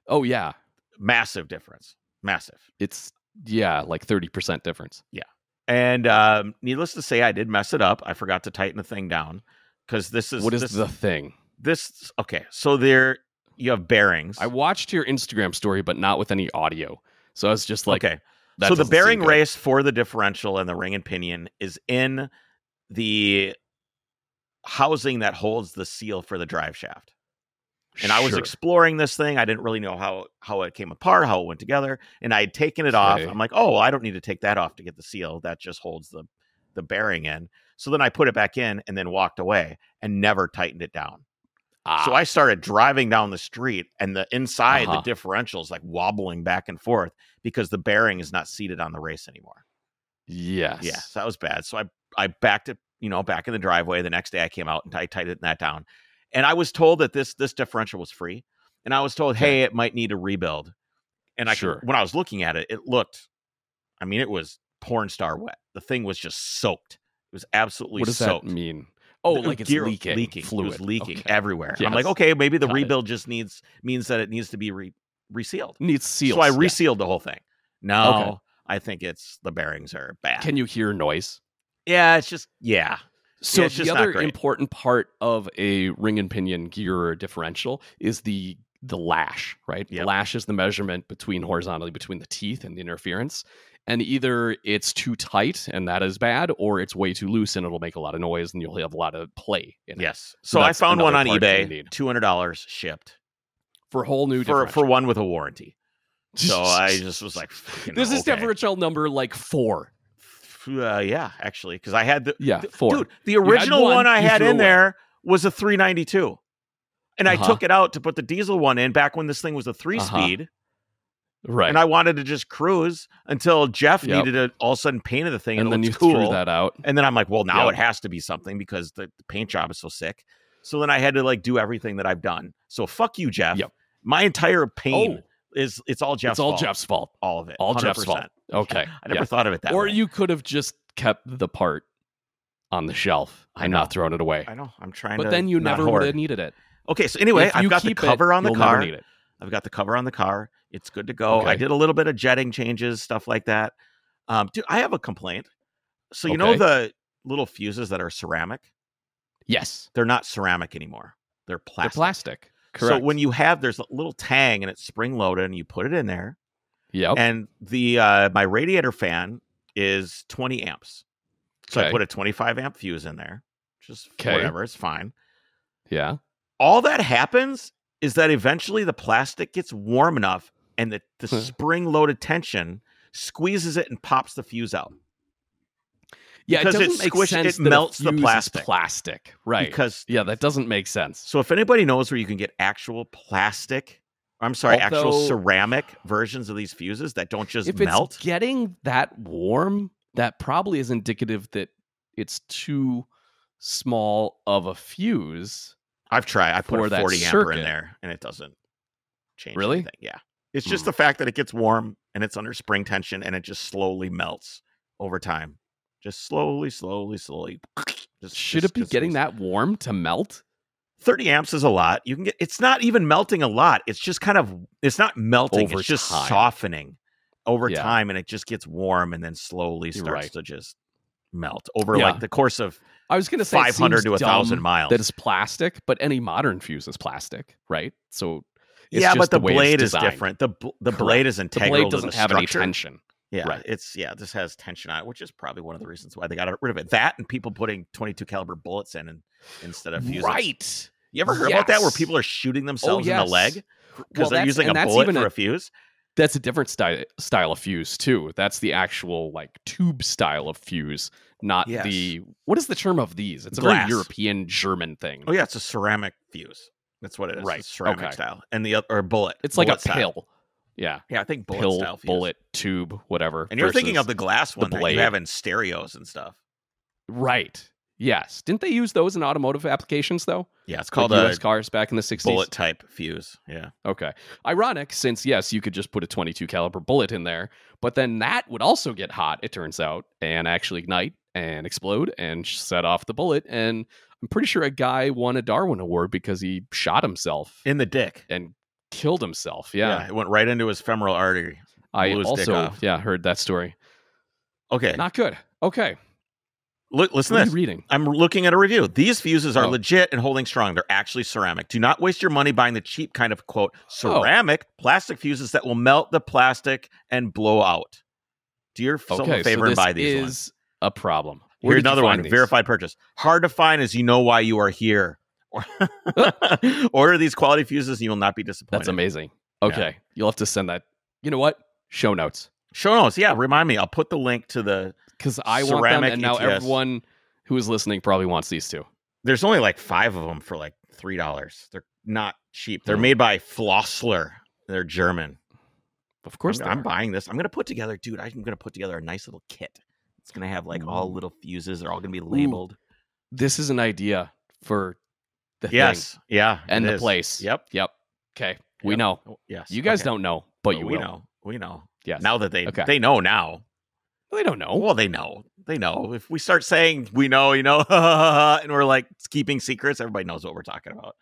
Speaker 2: oh yeah
Speaker 1: Massive difference. Massive.
Speaker 2: it's yeah like 30% difference
Speaker 1: And um, needless to say, I did mess it up. I forgot to tighten the thing down because this is
Speaker 2: what is
Speaker 1: this,
Speaker 2: the thing
Speaker 1: this okay. So there you have bearings.
Speaker 2: i watched your instagram story but not with any audio so i was just like
Speaker 1: okay.
Speaker 2: that
Speaker 1: so the
Speaker 2: doesn't seem
Speaker 1: bearing
Speaker 2: good.
Speaker 1: race for the differential and the ring and pinion is in the housing that holds the seal for the drive shaft. and I was
Speaker 2: Sure.
Speaker 1: exploring this thing. I didn't really know how how it came apart, how it went together, and I had taken it off.
Speaker 2: Okay.
Speaker 1: I'm like, oh, well, I don't need to take that off to get the seal. That just holds the the bearing in. So then I put it back in and then walked away and never tightened it down.
Speaker 2: Ah,
Speaker 1: So I started driving down the street and the inside
Speaker 2: Uh-huh.
Speaker 1: the differential is like wobbling back and forth because the bearing is not seated on the race anymore.
Speaker 2: yes
Speaker 1: Yeah, so that was bad. So I I backed it, you know, back in the driveway. The next day I came out and I tightened that down. And I was told that this this differential was free. And I was told,
Speaker 2: Okay.
Speaker 1: hey, it might need a rebuild. And I
Speaker 2: Sure.
Speaker 1: could, when I was looking at it, it looked, I mean, it was porn star wet. The thing was just soaked. It was absolutely
Speaker 2: what does
Speaker 1: soaked.
Speaker 2: that mean oh
Speaker 1: The
Speaker 2: like it's
Speaker 1: gear-
Speaker 2: leaking
Speaker 1: It
Speaker 2: fluid
Speaker 1: was leaking
Speaker 2: Okay.
Speaker 1: everywhere. I'm like,
Speaker 2: Yes.
Speaker 1: okay, maybe the
Speaker 2: Got it.
Speaker 1: rebuild just needs means that it needs to be re- resealed.
Speaker 2: needs seals
Speaker 1: So I
Speaker 2: yeah.
Speaker 1: resealed the whole thing. No, I think it's the bearings are bad.
Speaker 2: can you hear noise
Speaker 1: Yeah, it's just yeah.
Speaker 2: so
Speaker 1: it's just
Speaker 2: the
Speaker 1: not
Speaker 2: other
Speaker 1: great.
Speaker 2: important part of a ring and pinion gear differential is the the lash, right? The
Speaker 1: Yep.
Speaker 2: lash is the measurement between horizontally between the teeth and the interference. And either it's too tight and that is bad, or it's way too loose and it'll make a lot of noise and you'll have a lot of play. In it.
Speaker 1: Yes.
Speaker 2: So
Speaker 1: So, I
Speaker 2: that's
Speaker 1: found one on
Speaker 2: another part that you
Speaker 1: eBay,
Speaker 2: need.
Speaker 1: two hundred dollars shipped
Speaker 2: for a whole new
Speaker 1: for for
Speaker 2: differential.
Speaker 1: one with a warranty. So I just was like, fucking
Speaker 2: this is
Speaker 1: okay.
Speaker 2: differential number like four.
Speaker 1: Uh, yeah, actually, because I had the
Speaker 2: Yeah, four.
Speaker 1: dude. The
Speaker 2: had
Speaker 1: original
Speaker 2: one,
Speaker 1: one, I
Speaker 2: you
Speaker 1: had
Speaker 2: threw
Speaker 1: in
Speaker 2: away.
Speaker 1: there was a three ninety two, and I
Speaker 2: Uh-huh.
Speaker 1: took it out to put the diesel one in back when this thing was a 3 speed,
Speaker 2: right.
Speaker 1: and I wanted to just cruise until Jeff
Speaker 2: Yep.
Speaker 1: needed a, all of a sudden painted the thing,
Speaker 2: and
Speaker 1: and,
Speaker 2: then
Speaker 1: it
Speaker 2: you
Speaker 1: looked cool.
Speaker 2: threw that out.
Speaker 1: And then I'm like, well, now
Speaker 2: Yep.
Speaker 1: it has to be something because the, the paint job is so sick. So then I had to like do everything that I've done. So fuck you, Jeff.
Speaker 2: Yep.
Speaker 1: My entire pain
Speaker 2: oh,
Speaker 1: is it's all Jeff's
Speaker 2: it's all
Speaker 1: fault.
Speaker 2: Jeff's fault.
Speaker 1: All of it.
Speaker 2: All Jeff's fault.
Speaker 1: 100%.
Speaker 2: Okay.
Speaker 1: I never
Speaker 2: yeah.
Speaker 1: thought of it that
Speaker 2: or
Speaker 1: way.
Speaker 2: you could have just kept the part on the shelf
Speaker 1: I
Speaker 2: and
Speaker 1: know.
Speaker 2: not thrown it away.
Speaker 1: I know. I'm trying to
Speaker 2: But then you
Speaker 1: not
Speaker 2: never
Speaker 1: hoard.
Speaker 2: would have needed it.
Speaker 1: Okay, so anyway,
Speaker 2: If you
Speaker 1: I've got the
Speaker 2: keep it,
Speaker 1: cover on the
Speaker 2: you'll never
Speaker 1: car.
Speaker 2: need it.
Speaker 1: I've got the cover on the car. It's good to go. I
Speaker 2: Okay.
Speaker 1: did a little bit of jetting changes, stuff like that. Um, dude, I have a complaint. So you know
Speaker 2: Okay.
Speaker 1: the little fuses that are ceramic?
Speaker 2: Yes,
Speaker 1: They're not ceramic anymore. They're
Speaker 2: they're
Speaker 1: plastic.
Speaker 2: plastic. Correct.
Speaker 1: So when you have there's a little tang and it's spring loaded and you put it in there
Speaker 2: yep.
Speaker 1: and the uh my radiator fan is 20 amps. So I
Speaker 2: Okay.
Speaker 1: put a 25 amp fuse in there. Just
Speaker 2: Okay.
Speaker 1: whatever, it's fine.
Speaker 2: Yeah.
Speaker 1: All that happens is that eventually the plastic gets warm enough and the, the
Speaker 2: Huh.
Speaker 1: spring loaded tension squeezes it and pops the fuse out
Speaker 2: Yeah,
Speaker 1: Because it
Speaker 2: doesn't make
Speaker 1: squish-
Speaker 2: sense
Speaker 1: it
Speaker 2: that a
Speaker 1: melts the
Speaker 2: fuse is
Speaker 1: plastic.
Speaker 2: Plastic, right?
Speaker 1: because
Speaker 2: yeah, that doesn't make sense.
Speaker 1: So if anybody knows where you can get actual plastic, I'm sorry, actual
Speaker 2: Although-
Speaker 1: ceramic versions of these fuses that don't just
Speaker 2: if
Speaker 1: melt.
Speaker 2: it's getting that warm, that probably is indicative that it's too small of a fuse.
Speaker 1: I've tried. I put
Speaker 2: for
Speaker 1: a
Speaker 2: that
Speaker 1: 40 amper
Speaker 2: circuit.
Speaker 1: in there and it doesn't change.
Speaker 2: Really?
Speaker 1: Anything. Yeah. It's just
Speaker 2: Hmm.
Speaker 1: the fact that it gets warm and it's under spring tension and it just slowly melts over time. Just slowly, slowly, slowly. Just,
Speaker 2: Should
Speaker 1: just-
Speaker 2: it be
Speaker 1: just
Speaker 2: getting
Speaker 1: goes-
Speaker 2: that warm to melt?
Speaker 1: 30 amps is a lot. You can get it's not even melting a lot. It's just kind of it's not melting,
Speaker 2: Over
Speaker 1: it's just
Speaker 2: time.
Speaker 1: softening over
Speaker 2: Yeah.
Speaker 1: time and it just gets warm and then slowly
Speaker 2: You're
Speaker 1: starts
Speaker 2: right.
Speaker 1: to just melt over
Speaker 2: Yeah.
Speaker 1: like the course of
Speaker 2: I was going to say it
Speaker 1: 500 to
Speaker 2: seems
Speaker 1: 1000
Speaker 2: dumb
Speaker 1: miles.
Speaker 2: That is plastic, but any modern fuse is plastic, right? So it's
Speaker 1: yeah,
Speaker 2: just
Speaker 1: but the,
Speaker 2: way it's
Speaker 1: blade is
Speaker 2: designed.
Speaker 1: different. The bl- the
Speaker 2: Correct.
Speaker 1: blade is
Speaker 2: The
Speaker 1: integral
Speaker 2: blade
Speaker 1: to the
Speaker 2: doesn't have any
Speaker 1: structure.
Speaker 2: tension.
Speaker 1: Yeah,
Speaker 2: Right.
Speaker 1: it's yeah, this has tension on it, which is probably one of the reasons why they got rid of it. That and people putting 22 caliber bullets in and instead of fuses.
Speaker 2: Right.
Speaker 1: You ever heard about that where
Speaker 2: Yes. Oh,
Speaker 1: people are shooting themselves in
Speaker 2: yes.
Speaker 1: the leg because
Speaker 2: Well,
Speaker 1: they're
Speaker 2: that's-
Speaker 1: using a
Speaker 2: and that's
Speaker 1: bullet
Speaker 2: even
Speaker 1: for
Speaker 2: a-
Speaker 1: a fuse?
Speaker 2: That's a different style style of fuse too. That's the actual like tube style of fuse, not
Speaker 1: Yes.
Speaker 2: the what is the term of these? It's a
Speaker 1: Glass.
Speaker 2: very European German thing.
Speaker 1: Oh yeah, it's a ceramic fuse. That's what it is.
Speaker 2: Right.
Speaker 1: It's ceramic
Speaker 2: Okay.
Speaker 1: style, and the oth- or bullet.
Speaker 2: It's like a
Speaker 1: bullet style.
Speaker 2: pill. Yeah.
Speaker 1: Yeah, I think bullet
Speaker 2: pill,
Speaker 1: style fuse.
Speaker 2: bullet, tube, whatever.
Speaker 1: And you're thinking of the
Speaker 2: versus-
Speaker 1: glass
Speaker 2: the
Speaker 1: one that
Speaker 2: blade.
Speaker 1: you have in stereos and stuff.
Speaker 2: Right. Yes. Didn't they use those in automotive applications though?
Speaker 1: Yeah, it's
Speaker 2: Like
Speaker 1: called
Speaker 2: US
Speaker 1: a
Speaker 2: cars back in the 60s.
Speaker 1: bullet type fuse. Yeah,
Speaker 2: Okay. Ironic since yes, you could just put a 22 caliber bullet in there, but then that would also get hot it turns out and actually ignite and explode and sh- set off the bullet and I'm pretty sure a guy won a Darwin award because he shot himself
Speaker 1: in the dick.
Speaker 2: and killed himself. Yeah.
Speaker 1: it went right into his femoral artery.
Speaker 2: I
Speaker 1: blew his dick
Speaker 2: also
Speaker 1: off.
Speaker 2: yeah, heard that story.
Speaker 1: Okay,
Speaker 2: Not good. Okay.
Speaker 1: look, listen
Speaker 2: what
Speaker 1: to
Speaker 2: are you
Speaker 1: this.
Speaker 2: reading?
Speaker 1: I'm looking at a review. These fuses are
Speaker 2: Oh.
Speaker 1: legit and holding strong. They're actually ceramic. Do not waste your money buying the cheap kind of quote
Speaker 2: Oh.
Speaker 1: ceramic plastic fuses that will melt the plastic and blow out. Do your someone
Speaker 2: Okay,
Speaker 1: a favor
Speaker 2: so
Speaker 1: and
Speaker 2: this
Speaker 1: buy these
Speaker 2: is
Speaker 1: ones.
Speaker 2: a problem. Where
Speaker 1: Here's
Speaker 2: did you
Speaker 1: another
Speaker 2: find
Speaker 1: one.
Speaker 2: these?
Speaker 1: Verified purchase. Hard to find as you know why you are here. Order these quality fuses and you will not be disappointed.
Speaker 2: That's amazing. Okay. You'll have to send that. You know what? Show notes.
Speaker 1: Show notes. Yeah, remind me. I'll put the link to the.
Speaker 2: because I want them,
Speaker 1: Ceramic E
Speaker 2: and now
Speaker 1: ETS.
Speaker 2: everyone who is listening probably wants these two.
Speaker 1: There's only like five of them for like three dollars. They're not cheap. They're
Speaker 2: Hmm.
Speaker 1: made by Flossler. They're German.
Speaker 2: Of course,
Speaker 1: I'm,
Speaker 2: they
Speaker 1: I'm
Speaker 2: are.
Speaker 1: buying this. I'm gonna put together, dude. I'm gonna put together a nice little kit. It's gonna have like all
Speaker 2: Ooh.
Speaker 1: little fuses. They're all gonna be labeled.
Speaker 2: This is an idea for the thing
Speaker 1: yes. Yeah.
Speaker 2: and
Speaker 1: it
Speaker 2: the
Speaker 1: is.
Speaker 2: place.
Speaker 1: Yep.
Speaker 2: Yep. Okay. We
Speaker 1: Yep.
Speaker 2: know.
Speaker 1: Oh, Yes.
Speaker 2: You guys
Speaker 1: Okay. Oh,
Speaker 2: don't know, but you
Speaker 1: we
Speaker 2: will.
Speaker 1: know. We know.
Speaker 2: Yes.
Speaker 1: Now that they
Speaker 2: Okay.
Speaker 1: they know now. Oh,
Speaker 2: they don't know.
Speaker 1: Well, they know. They know. If we start saying we know, you know, and we're like keeping secrets, everybody knows what we're talking about.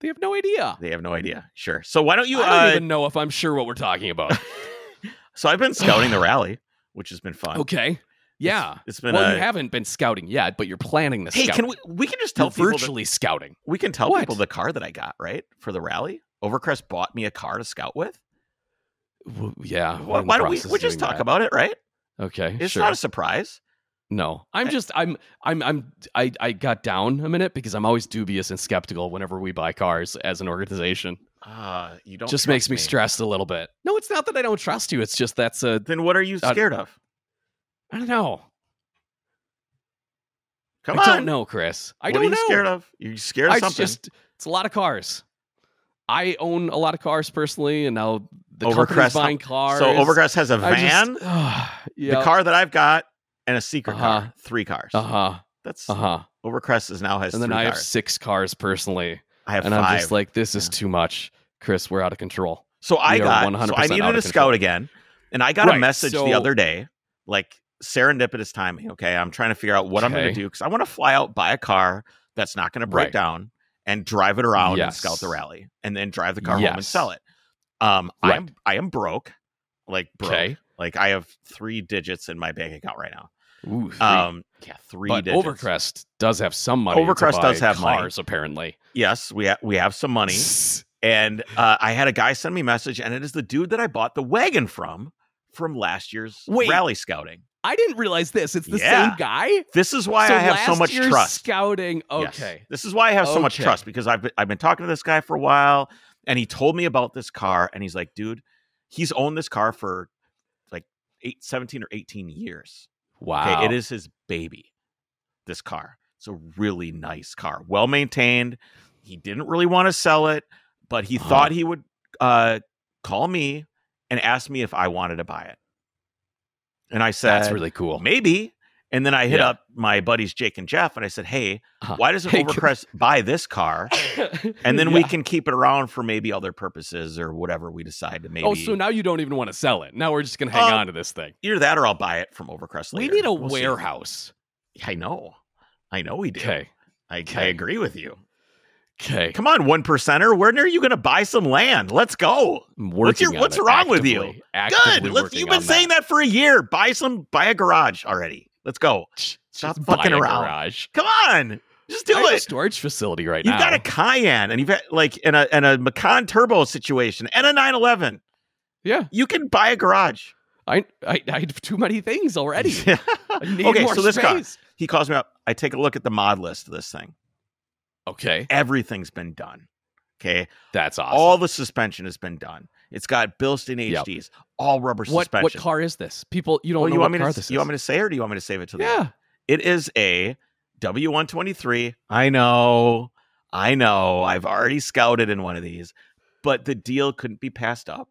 Speaker 2: They have no idea.
Speaker 1: They have no idea. Sure. So why don't you?
Speaker 2: Hmm. I don't
Speaker 1: Uh,
Speaker 2: even know if I'm sure what we're talking about.
Speaker 1: so I've been scouting the rally, which has been fun.
Speaker 2: okay. Yeah.
Speaker 1: It's- it's been.
Speaker 2: Well,
Speaker 1: a,
Speaker 2: you haven't been scouting yet, but you're planning the
Speaker 1: hey,
Speaker 2: scout.
Speaker 1: can we? We can just
Speaker 2: You're
Speaker 1: tell people. that-
Speaker 2: virtually scouting?
Speaker 1: we can tell
Speaker 2: What?
Speaker 1: people the car that I got right for the rally. Overcrest bought me a car to scout with.
Speaker 2: W- yeah. we're
Speaker 1: Why,
Speaker 2: in the
Speaker 1: why don't we?
Speaker 2: process of
Speaker 1: We just
Speaker 2: doing
Speaker 1: talk
Speaker 2: that.
Speaker 1: about it, right?
Speaker 2: Okay.
Speaker 1: It's
Speaker 2: sure.
Speaker 1: not a surprise.
Speaker 2: No, I'm
Speaker 1: I-
Speaker 2: just I'm I'm I'm I I got down a minute because I'm always dubious and skeptical whenever we buy cars as an organization. Ah,
Speaker 1: Uh, you don't.
Speaker 2: just
Speaker 1: trust
Speaker 2: makes me, stressed a little bit. No, it's not that I don't trust you. It's just that's a
Speaker 1: Then what are you
Speaker 2: Uh,
Speaker 1: scared of?
Speaker 2: I don't know.
Speaker 1: Come
Speaker 2: I
Speaker 1: on.
Speaker 2: don't know, Chris. I
Speaker 1: what
Speaker 2: don't
Speaker 1: are you
Speaker 2: know.
Speaker 1: scared of? You're scared of
Speaker 2: I
Speaker 1: something.
Speaker 2: just it's a lot of cars. I own a lot of cars personally, and now the
Speaker 1: Overcrest-
Speaker 2: company's buying cars.
Speaker 1: So Overcrest has a
Speaker 2: I
Speaker 1: van,
Speaker 2: just- yeah.
Speaker 1: the car that I've got, and a secret
Speaker 2: Uh-huh.
Speaker 1: car. Three cars.
Speaker 2: Uh huh.
Speaker 1: That's
Speaker 2: Uh huh.
Speaker 1: Overcrest is now has
Speaker 2: And then
Speaker 1: three
Speaker 2: I have
Speaker 1: cars.
Speaker 2: six cars personally,
Speaker 1: I have
Speaker 2: and
Speaker 1: 5
Speaker 2: I'm just like, this is
Speaker 1: Yeah.
Speaker 2: too much, Chris. We're out of control.
Speaker 1: so I
Speaker 2: we are
Speaker 1: got. So I
Speaker 2: 100%
Speaker 1: needed
Speaker 2: out
Speaker 1: a
Speaker 2: of
Speaker 1: scout
Speaker 2: control.
Speaker 1: again, and I got a
Speaker 2: Right,
Speaker 1: message the
Speaker 2: so-
Speaker 1: other day, like serendipitous timing. Okay, I'm trying to figure out what I'm going
Speaker 2: Okay.
Speaker 1: to do because I want to fly out, buy a car that's not going to break
Speaker 2: Right.
Speaker 1: down, and drive it around and
Speaker 2: Yes.
Speaker 1: scout the rally, and then drive the car home and
Speaker 2: Yes.
Speaker 1: sell it. Um,
Speaker 2: Right.
Speaker 1: I'm I am broke, like broke.
Speaker 2: Okay.
Speaker 1: Like I have three digits in my bank account right now.
Speaker 2: Ooh, three.
Speaker 1: Um, yeah, three
Speaker 2: but
Speaker 1: digits.
Speaker 2: Overcrest does have some money. to
Speaker 1: Overcrest does
Speaker 2: buy
Speaker 1: have money.
Speaker 2: cars, apparently.
Speaker 1: Yes, we ha- we have some money, and uh, I had a guy send me a message, and it is the dude that I bought the wagon from from last year's
Speaker 2: Wait.
Speaker 1: rally scouting.
Speaker 2: I didn't realize this. It's the
Speaker 1: Yeah.
Speaker 2: same guy.
Speaker 1: This is why
Speaker 2: So
Speaker 1: I have so
Speaker 2: last
Speaker 1: much
Speaker 2: year's
Speaker 1: trust.
Speaker 2: Scouting.
Speaker 1: Yes.
Speaker 2: Okay.
Speaker 1: This is why I have so much
Speaker 2: Okay.
Speaker 1: trust because I've been, I've been talking to this guy for a while and he told me about this car and he's like, dude, he's owned this car for like eight, 17 or 18 years.
Speaker 2: Wow.
Speaker 1: Okay. It is his baby, this car. It's a really nice car, well maintained. He didn't really want to sell it, but he
Speaker 2: Huh.
Speaker 1: thought he would uh, call me and ask me if I wanted to buy it. And I said,
Speaker 2: That's really cool.
Speaker 1: maybe. And then I hit
Speaker 2: Yeah.
Speaker 1: up my buddies Jake and Jeff and I said, Hey,
Speaker 2: Uh-huh.
Speaker 1: why doesn't
Speaker 2: Hey, can-
Speaker 1: Overpress buy this car? And then we
Speaker 2: Yeah.
Speaker 1: can keep it around for maybe other purposes or whatever we decide to maybe
Speaker 2: Oh, so now you don't even want to sell it. Now we're just gonna hang
Speaker 1: Um,
Speaker 2: on to this thing.
Speaker 1: either that or I'll buy it from Overcrest later.
Speaker 2: We need a
Speaker 1: We'll see.
Speaker 2: warehouse.
Speaker 1: I know. I know we do.
Speaker 2: Okay.
Speaker 1: I, I
Speaker 2: Okay.
Speaker 1: agree with you.
Speaker 2: Okay.
Speaker 1: Come on, one percenter. When are you gonna buy some land? Let's go.
Speaker 2: What's,
Speaker 1: your- what's wrong with you? Good. Let's, you've been saying that. for a year. Buy some buy a garage already. Let's go. Stop fucking around.
Speaker 2: Garage.
Speaker 1: Come on. Just do
Speaker 2: I have
Speaker 1: it.
Speaker 2: a storage facility right
Speaker 1: You've
Speaker 2: now.
Speaker 1: got a Cayenne and you've had like in a in a Macan Turbo situation and a 911.
Speaker 2: yeah.
Speaker 1: You can buy a garage
Speaker 2: I, I I have too many things already.
Speaker 1: Yeah.
Speaker 2: I need
Speaker 1: Okay,
Speaker 2: more
Speaker 1: so this car-
Speaker 2: space.
Speaker 1: he calls me up. I take a look at the mod list of this thing.
Speaker 2: Okay,
Speaker 1: Everything's been done. Okay,
Speaker 2: that's awesome.
Speaker 1: all the suspension has been done. It's got Bilstein
Speaker 2: Yep.
Speaker 1: HDs, all rubber
Speaker 2: what
Speaker 1: suspension.
Speaker 2: what car is this? People, you don't
Speaker 1: Well,
Speaker 2: know
Speaker 1: you
Speaker 2: what
Speaker 1: want me
Speaker 2: car
Speaker 1: to
Speaker 2: this is.
Speaker 1: you want me to say, or do you want me to save it till the end?
Speaker 2: yeah,
Speaker 1: It is a W123. I know. I know. I've already scouted in one of these, but the deal couldn't be passed up.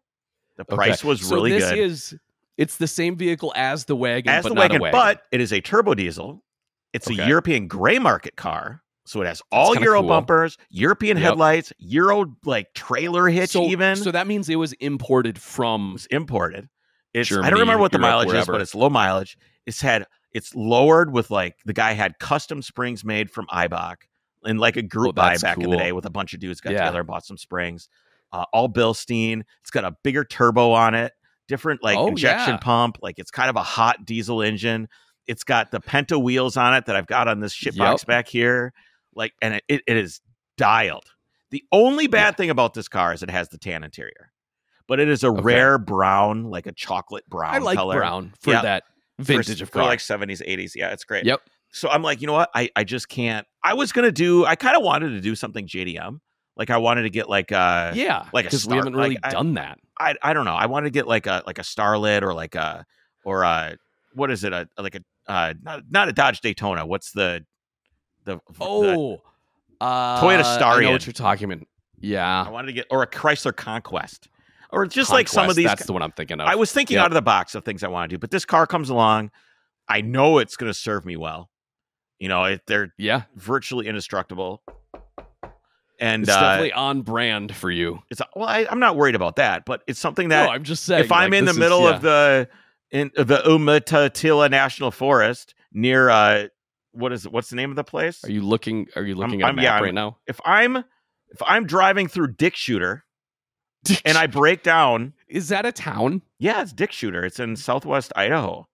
Speaker 1: The
Speaker 2: Okay.
Speaker 1: price was
Speaker 2: so
Speaker 1: really
Speaker 2: this
Speaker 1: good.
Speaker 2: is it's the same vehicle as the wagon,
Speaker 1: as
Speaker 2: but
Speaker 1: the
Speaker 2: not a
Speaker 1: wagon, but it is a turbo diesel. It's a
Speaker 2: Okay.
Speaker 1: European gray market car, so it has all
Speaker 2: kinda
Speaker 1: Euro
Speaker 2: cool.
Speaker 1: bumpers, European
Speaker 2: Yep.
Speaker 1: headlights, Euro like trailer hitch.
Speaker 2: so,
Speaker 1: even
Speaker 2: so that means it was imported from.
Speaker 1: it was imported. It's I don't
Speaker 2: Mm. Germany,
Speaker 1: remember what the
Speaker 2: Europe,
Speaker 1: mileage is, but
Speaker 2: wherever.
Speaker 1: it's low mileage. It's had it's lowered with like the guy had custom springs made from Ibach and like a group
Speaker 2: Oh,
Speaker 1: buy
Speaker 2: that's
Speaker 1: back in the
Speaker 2: cool.
Speaker 1: day with a bunch of dudes got
Speaker 2: Yeah.
Speaker 1: together and bought some springs. Uh, all Bilstein. It's got a bigger turbo on it, different like
Speaker 2: Oh,
Speaker 1: injection
Speaker 2: yeah.
Speaker 1: pump. Like it's kind of a hot diesel engine. It's got the Penta wheels on it that I've got on this shit box
Speaker 2: Yep.
Speaker 1: back here. Like and it, it, it is dialed. The only bad
Speaker 2: Yeah.
Speaker 1: thing about this car is it has the tan interior, but it is a
Speaker 2: Okay.
Speaker 1: rare brown, like a chocolate brown
Speaker 2: I like
Speaker 1: color.
Speaker 2: brown for
Speaker 1: Yeah.
Speaker 2: that
Speaker 1: For-
Speaker 2: vintage of
Speaker 1: for
Speaker 2: car.
Speaker 1: like 70s, 80s. Yeah, it's great.
Speaker 2: Yep.
Speaker 1: So I'm like, you know what? I, I just can't. I was gonna do. I kind of wanted to do something JDM. Like I wanted to get like a
Speaker 2: yeah,
Speaker 1: uh, like a
Speaker 2: because we
Speaker 1: Star-
Speaker 2: haven't really
Speaker 1: like, I-
Speaker 2: done that.
Speaker 1: I I don't know. I wanted to get like a like a starlit or like a or a what is it a like a uh not not a Dodge Daytona. What's the the the-
Speaker 2: Oh, uh, I know
Speaker 1: Starion.
Speaker 2: what you're talking about.
Speaker 1: I
Speaker 2: Yeah,
Speaker 1: wanted to get or a Chrysler Conquest or just like some of
Speaker 2: Conquest,
Speaker 1: these.
Speaker 2: That's the one I'm thinking of.
Speaker 1: I was thinking
Speaker 2: Yep.
Speaker 1: out of the box of things I want to do, but this car comes along. I know it's going to serve me well. You know, it, they're
Speaker 2: yeah,
Speaker 1: virtually indestructible, and
Speaker 2: it's
Speaker 1: it's, uh,
Speaker 2: definitely on brand for you.
Speaker 1: it's well. I, I'm not worried about that, but it's something that
Speaker 2: no, I'm just saying.
Speaker 1: if I'm
Speaker 2: like,
Speaker 1: in the
Speaker 2: this is-
Speaker 1: middle
Speaker 2: yeah.
Speaker 1: of the in the Umatilla National Forest near uh, what is what's the name of the place?
Speaker 2: Are you looking? Are you looking
Speaker 1: I'm-
Speaker 2: at a map
Speaker 1: yeah, I'm-
Speaker 2: right now?
Speaker 1: if I'm if I'm driving through Dick Shooter and I break down,
Speaker 2: is that a town?
Speaker 1: yeah, it's Dick Shooter. It's in Southwest Idaho.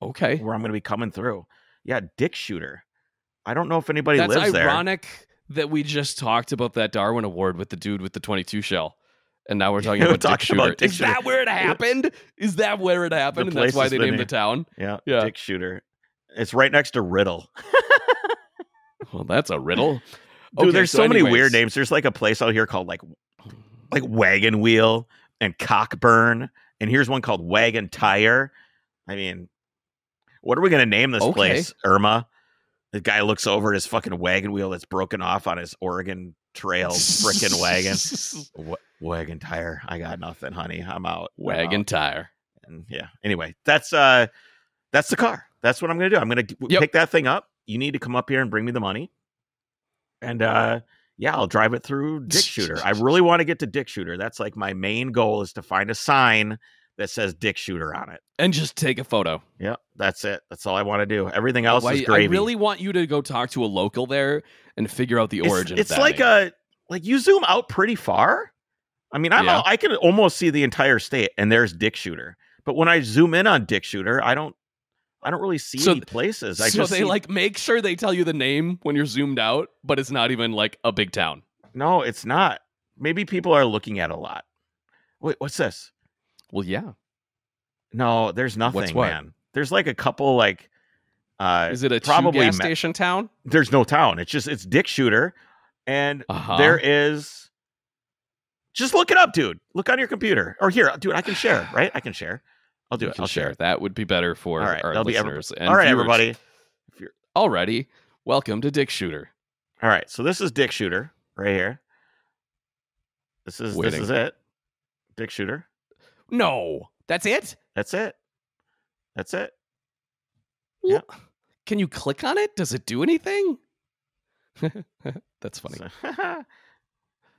Speaker 2: Okay,
Speaker 1: where I'm going to be coming through. Yeah, Dick Shooter. I don't know if anybody
Speaker 2: that's
Speaker 1: lives
Speaker 2: ironic that we just talked about that Darwin Award with the dude with the 22 shell, and now we're talking
Speaker 1: We're
Speaker 2: about, Dick,
Speaker 1: talking about
Speaker 2: Shooter.
Speaker 1: Dick
Speaker 2: Is
Speaker 1: Shooter.
Speaker 2: that where it happened? Is that where it happened? and
Speaker 1: place
Speaker 2: that's why
Speaker 1: has
Speaker 2: they
Speaker 1: been
Speaker 2: named
Speaker 1: here.
Speaker 2: the town.
Speaker 1: there. Yeah,
Speaker 2: Yeah.
Speaker 1: Dick Shooter. It's right next to Riddle.
Speaker 2: Well, that's a riddle.
Speaker 1: Dude,
Speaker 2: Okay,
Speaker 1: there's so, many
Speaker 2: anyways.
Speaker 1: weird names. There's like a place out here called like like Wagon Wheel and Cockburn, and here's one called Wagon Tire. I mean, what are we going to name this
Speaker 2: Okay.
Speaker 1: place? Irma. The guy looks over at his fucking wagon wheel that's broken off on his Oregon Trail frickin' wagon. Wa- wagon tire. I got nothing, honey. I'm out. I'm out.
Speaker 2: Wagon tire.
Speaker 1: and yeah anyway that's uh that's the car that's what i'm gonna do i'm gonna g-
Speaker 2: Yep.
Speaker 1: pick that thing up you need to come up here and bring me the money and uh yeah i'll drive it through dick shooter i really want to get to dick shooter that's like my main goal is to find a sign that says dick shooter on it
Speaker 2: And just take a photo.
Speaker 1: yeah that's it that's all i want to do everything else
Speaker 2: Why-
Speaker 1: is
Speaker 2: I
Speaker 1: gravy
Speaker 2: really want you to go talk to a local there and figure out the
Speaker 1: it's,
Speaker 2: origin.
Speaker 1: it's like a like you zoom out pretty far i mean i'm
Speaker 2: Yeah.
Speaker 1: out- i can almost see the entire state and there's dick shooter but when i zoom in on dick shooter i don't i don't really see
Speaker 2: So-
Speaker 1: any places i
Speaker 2: so
Speaker 1: just
Speaker 2: they
Speaker 1: see-
Speaker 2: like make sure they tell you the name when you're zoomed out, but it's not even like a big town.
Speaker 1: No, it's not. Maybe people are looking at a lot. Wait, what's this?
Speaker 2: Well, yeah.
Speaker 1: No, there's nothing,
Speaker 2: what?
Speaker 1: man. There's like a couple like uh
Speaker 2: Is it a
Speaker 1: probably
Speaker 2: probably gas
Speaker 1: ma-
Speaker 2: station town?
Speaker 1: there's no town. It's just it's Dick Shooter and
Speaker 2: Uh-huh.
Speaker 1: there is just look it up, dude. Look on your computer. Or here, dude, I can share, right? I can share. I'll do
Speaker 2: You
Speaker 1: it.
Speaker 2: can
Speaker 1: I'll share.
Speaker 2: share. That would be better for
Speaker 1: All right,
Speaker 2: our
Speaker 1: that'll be every-
Speaker 2: listeners.
Speaker 1: All right,
Speaker 2: viewers.
Speaker 1: everybody.
Speaker 2: Alrighty. Welcome to Dick Shooter.
Speaker 1: All right, so this is Dick Shooter right here. This is
Speaker 2: Waiting.
Speaker 1: this is it. Dick Shooter.
Speaker 2: No. That's it?
Speaker 1: That's it. That's it.
Speaker 2: Yeah. Can you click on it? Does it do anything? That's funny.
Speaker 1: So-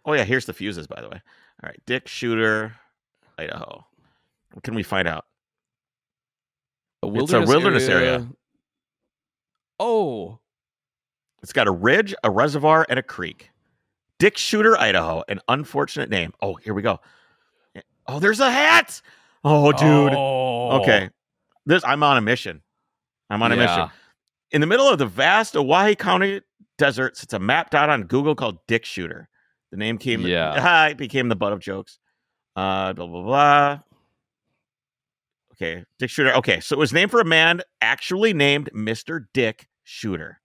Speaker 1: oh yeah, here's the fuses, by the way. All right, Dick Shooter, Idaho. What can we find out?
Speaker 2: A
Speaker 1: wilderness area.
Speaker 2: Oh,
Speaker 1: It's got a ridge, a reservoir, and a creek. Dick Shooter, Idaho. An unfortunate name. Oh, here we go. Oh, there's a hat. Oh, dude.
Speaker 2: Oh.
Speaker 1: Okay. This I'm on a mission. I'm on a mission.
Speaker 2: Yeah.
Speaker 1: In the middle of the vast Owyhee County desert sits a map dot on Google called Dick Shooter. The name came
Speaker 2: Yeah.
Speaker 1: it became the butt of jokes. Uh blah blah blah. Okay, Dick Shooter. Okay, so it was named for a man actually named Mr. Dick Shooter.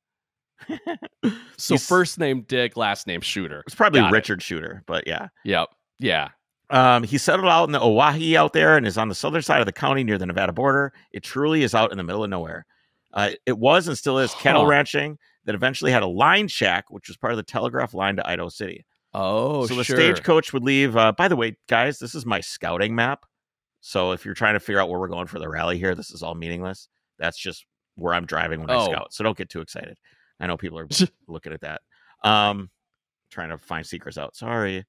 Speaker 2: So
Speaker 1: He's-
Speaker 2: first name Dick, last name Shooter.
Speaker 1: It's probably
Speaker 2: Got it.
Speaker 1: Richard Shooter, but yeah.
Speaker 2: Yep. Yeah.
Speaker 1: Um, he settled out in the Owyhee out there and is on the southern side of the county near the Nevada border. It truly is out in the middle of nowhere. Uh, it was and still is cattle
Speaker 2: Huh.
Speaker 1: ranching that eventually had a line shack, which was part of the telegraph line to Idaho City.
Speaker 2: Oh,
Speaker 1: so the
Speaker 2: sure.
Speaker 1: stagecoach would leave. Uh, by the way, guys, this is my scouting map. So if you're trying to figure out where we're going for the rally here, this is all meaningless. That's just where I'm driving when I
Speaker 2: Oh.
Speaker 1: scout. So don't get too excited. I know people are looking at that, um, trying to find secrets out. Sorry,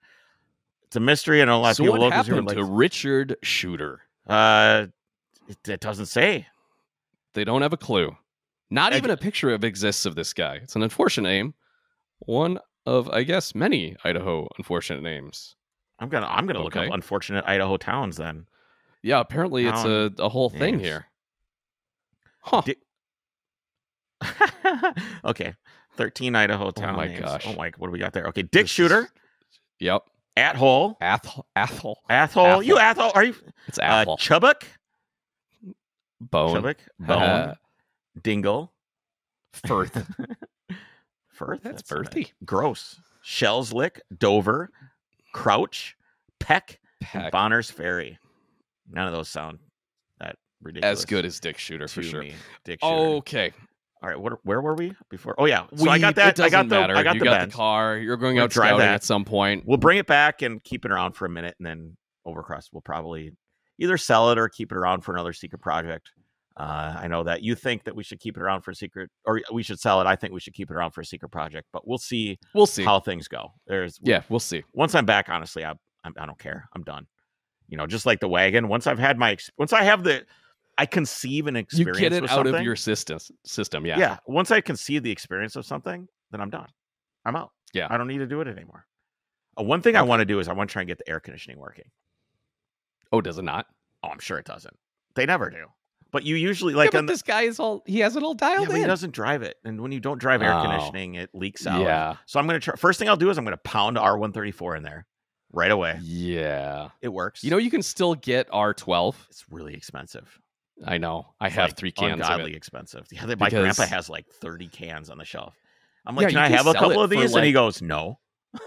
Speaker 1: it's a mystery, and a lot of
Speaker 2: so
Speaker 1: people
Speaker 2: what
Speaker 1: locals here would
Speaker 2: happened
Speaker 1: like
Speaker 2: to Richard Shooter?
Speaker 1: uh, it, it doesn't say.
Speaker 2: They don't have a clue. Not
Speaker 1: I-
Speaker 2: even a picture of exists of this guy. It's an unfortunate name. One of, I guess, many Idaho unfortunate names.
Speaker 1: I'm gonna I'm gonna look
Speaker 2: Okay.
Speaker 1: up unfortunate Idaho towns then.
Speaker 2: Yeah, apparently it's a, a whole thing
Speaker 1: names.
Speaker 2: here. Huh.
Speaker 1: Dick okay, thirteen Idaho town.
Speaker 2: my
Speaker 1: names.
Speaker 2: gosh.
Speaker 1: Oh my, what do we got there? Okay, Dick
Speaker 2: This is-
Speaker 1: Shooter,
Speaker 2: Yep.
Speaker 1: At Hole,
Speaker 2: Athol. Athol.
Speaker 1: Athole,
Speaker 2: Athol.
Speaker 1: you Athole? Are you
Speaker 2: It's
Speaker 1: uh,
Speaker 2: Athol.
Speaker 1: Chubbuck?
Speaker 2: Bone.
Speaker 1: Chubbuck, Bone,
Speaker 2: Uh,
Speaker 1: Dingle,
Speaker 2: Firth.
Speaker 1: Firth.
Speaker 2: That's
Speaker 1: not bad.
Speaker 2: Firthy.
Speaker 1: Gross. Shells Lick, Dover, Crouch, Peck, and
Speaker 2: Heck,
Speaker 1: Bonner's Ferry. None of those sound that ridiculous.
Speaker 2: as good as Dick Shooter
Speaker 1: to
Speaker 2: for sure.
Speaker 1: me, Dick Shooter.
Speaker 2: Okay,
Speaker 1: All right, what, where were we before? Oh yeah, so
Speaker 2: We-
Speaker 1: I got that.
Speaker 2: It
Speaker 1: I got
Speaker 2: doesn't
Speaker 1: the.
Speaker 2: matter.
Speaker 1: I got
Speaker 2: you
Speaker 1: the
Speaker 2: got
Speaker 1: bends.
Speaker 2: the car. You're going
Speaker 1: We'll
Speaker 2: out
Speaker 1: drive
Speaker 2: scouting
Speaker 1: that.
Speaker 2: at some point.
Speaker 1: We'll bring it back and keep it around for a minute, and then Overcross will probably either sell it or keep it around for another secret project. Uh, I know that you think that we should keep it around for a secret, or we should sell it. I think we should keep it around for a secret project, but we'll see,
Speaker 2: We'll see.
Speaker 1: how things go. There's
Speaker 2: yeah, we'll see.
Speaker 1: once I'm back, honestly, I I'm, I don't care. I'm done. You know, just like the wagon. Once I've had my ex- once I have the, I conceive an
Speaker 2: You
Speaker 1: experience.
Speaker 2: get it
Speaker 1: with
Speaker 2: out of
Speaker 1: something,
Speaker 2: your system. System. Yeah.
Speaker 1: yeah. Once I conceive the experience of something, then I'm done. I'm out.
Speaker 2: Yeah.
Speaker 1: I don't need to do it anymore. Uh, one thing I want to do is I want to try and get the air conditioning working.
Speaker 2: Oh, does it not?
Speaker 1: Oh, I'm sure it doesn't. They never do. But you usually
Speaker 2: Like
Speaker 1: like on the,
Speaker 2: this guy is all. He has it all
Speaker 1: yeah,
Speaker 2: dialed
Speaker 1: but he
Speaker 2: in.
Speaker 1: doesn't drive it. And when you don't drive air
Speaker 2: Oh.
Speaker 1: conditioning, it leaks out.
Speaker 2: Yeah.
Speaker 1: So I'm gonna try first thing I'll do is I'm gonna pound R134 in there right away.
Speaker 2: Yeah.
Speaker 1: It works.
Speaker 2: You know, you can still get R12.
Speaker 1: it's really expensive.
Speaker 2: I know. I
Speaker 1: It's,
Speaker 2: have
Speaker 1: like,
Speaker 2: three cans. Of
Speaker 1: Ungodly
Speaker 2: it.
Speaker 1: expensive. Yeah, they- my grandpa
Speaker 2: Because-
Speaker 1: has like 30 cans on the shelf. I'm like,
Speaker 2: Yeah,
Speaker 1: can
Speaker 2: you
Speaker 1: I
Speaker 2: can
Speaker 1: have a
Speaker 2: sell
Speaker 1: couple
Speaker 2: it
Speaker 1: of
Speaker 2: for,
Speaker 1: these? and he
Speaker 2: like-
Speaker 1: goes, no.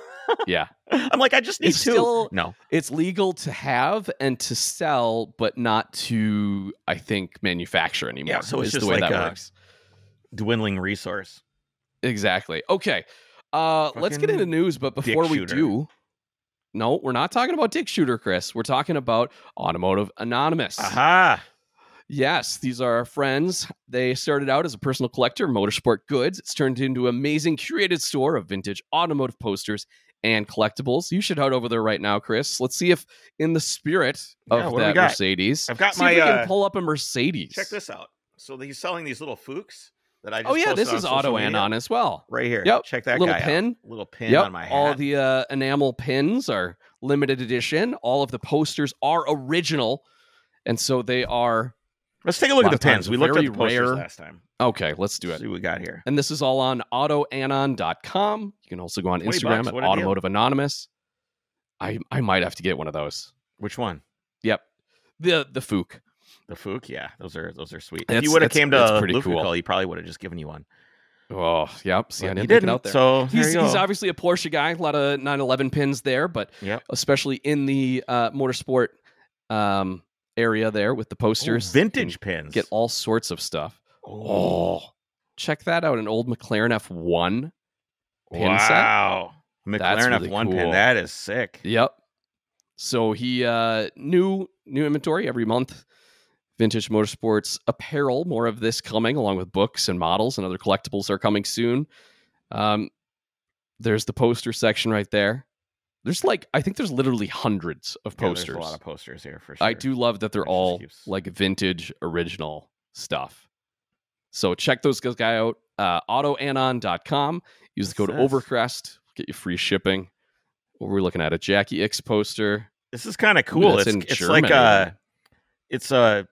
Speaker 2: Yeah.
Speaker 1: I'm like, I just need
Speaker 2: It's
Speaker 1: two.
Speaker 2: still-
Speaker 1: no,
Speaker 2: It's legal to have and to sell, but not to, I think, manufacture anymore.
Speaker 1: so it's
Speaker 2: is
Speaker 1: just
Speaker 2: the way
Speaker 1: like
Speaker 2: that
Speaker 1: a-
Speaker 2: works.
Speaker 1: dwindling resource.
Speaker 2: Exactly. Okay. Uh, let's get into
Speaker 1: Fucking
Speaker 2: news, but before we
Speaker 1: Shooter.
Speaker 2: do, no, we're not talking about Dick Shooter, Chris. We're talking about Automotive Anonymous.
Speaker 1: Aha.
Speaker 2: Yes, these are our friends. They started out as a personal collector of motorsport goods. It's turned into an amazing curated store of vintage automotive posters and collectibles. You should head over there right now, Chris. Let's see if, in the spirit
Speaker 1: Yeah,
Speaker 2: of
Speaker 1: what do we
Speaker 2: that
Speaker 1: got?
Speaker 2: Mercedes,
Speaker 1: I've got
Speaker 2: see if we
Speaker 1: my,
Speaker 2: can
Speaker 1: uh,
Speaker 2: pull up a Mercedes.
Speaker 1: Check this out. So he's selling these little fooks that I just
Speaker 2: Oh yeah,
Speaker 1: posted
Speaker 2: this
Speaker 1: on
Speaker 2: is
Speaker 1: social
Speaker 2: Auto
Speaker 1: media.
Speaker 2: Anon as well.
Speaker 1: right here.
Speaker 2: Yep.
Speaker 1: Check that
Speaker 2: Little
Speaker 1: guy out.
Speaker 2: pin.
Speaker 1: Little pin on my hat.
Speaker 2: All the uh, enamel pins are limited edition. All of the posters are original, and so they are
Speaker 1: Let's take a look
Speaker 2: lot
Speaker 1: at the
Speaker 2: of times
Speaker 1: pins. We looked at
Speaker 2: very
Speaker 1: the posters
Speaker 2: rare-
Speaker 1: last time.
Speaker 2: okay. Let's do
Speaker 1: See
Speaker 2: it.
Speaker 1: what we got here.
Speaker 2: And this is all on autoanon.com. You can also go on
Speaker 1: 20
Speaker 2: Instagram
Speaker 1: bucks,
Speaker 2: at
Speaker 1: what a deal.
Speaker 2: Automotive Anonymous. I I might have to get one of those.
Speaker 1: Which one?
Speaker 2: Yep. The the Fook.
Speaker 1: The Fook, yeah, those are those are sweet. if
Speaker 2: That's-
Speaker 1: you would have
Speaker 2: that's-
Speaker 1: came to
Speaker 2: that's pretty
Speaker 1: Lufucal,
Speaker 2: cool.
Speaker 1: he probably would have just given you one.
Speaker 2: Oh, yep. See, I
Speaker 1: But
Speaker 2: didn't
Speaker 1: he
Speaker 2: think
Speaker 1: didn't.
Speaker 2: it out there.
Speaker 1: So there
Speaker 2: he's,
Speaker 1: you go.
Speaker 2: he's obviously a Porsche guy. A lot of 911 pins there, but
Speaker 1: Yep.
Speaker 2: especially in the uh, motorsport um, area there with the
Speaker 1: Ooh,
Speaker 2: posters,
Speaker 1: vintage pins.
Speaker 2: and get all sorts of stuff.
Speaker 1: oh,
Speaker 2: Oh, check that out! An old McLaren F1. pin set?
Speaker 1: wow.
Speaker 2: That's
Speaker 1: McLaren
Speaker 2: really
Speaker 1: F1 pin.
Speaker 2: cool.
Speaker 1: That is sick.
Speaker 2: Yep. So he uh, new new inventory every month. Vintage motorsports apparel, more of this coming, along with books and models and other collectibles are coming soon. Um, there's the poster section right there. There's like I think there's literally hundreds of
Speaker 1: Yeah,
Speaker 2: posters.
Speaker 1: there's a lot of posters here for sure.
Speaker 2: I do love that they're
Speaker 1: That just
Speaker 2: all
Speaker 1: keeps-
Speaker 2: like vintage original stuff. So check those guys guy out. Uh, AutoAnon.com. Use the
Speaker 1: What's
Speaker 2: code
Speaker 1: this?
Speaker 2: Overcrest. Get you free shipping. What we're looking at a Jackie X poster.
Speaker 1: This is kind of cool.
Speaker 2: that's
Speaker 1: It's,
Speaker 2: in
Speaker 1: it's like uh,
Speaker 2: Germany.
Speaker 1: a, it's a,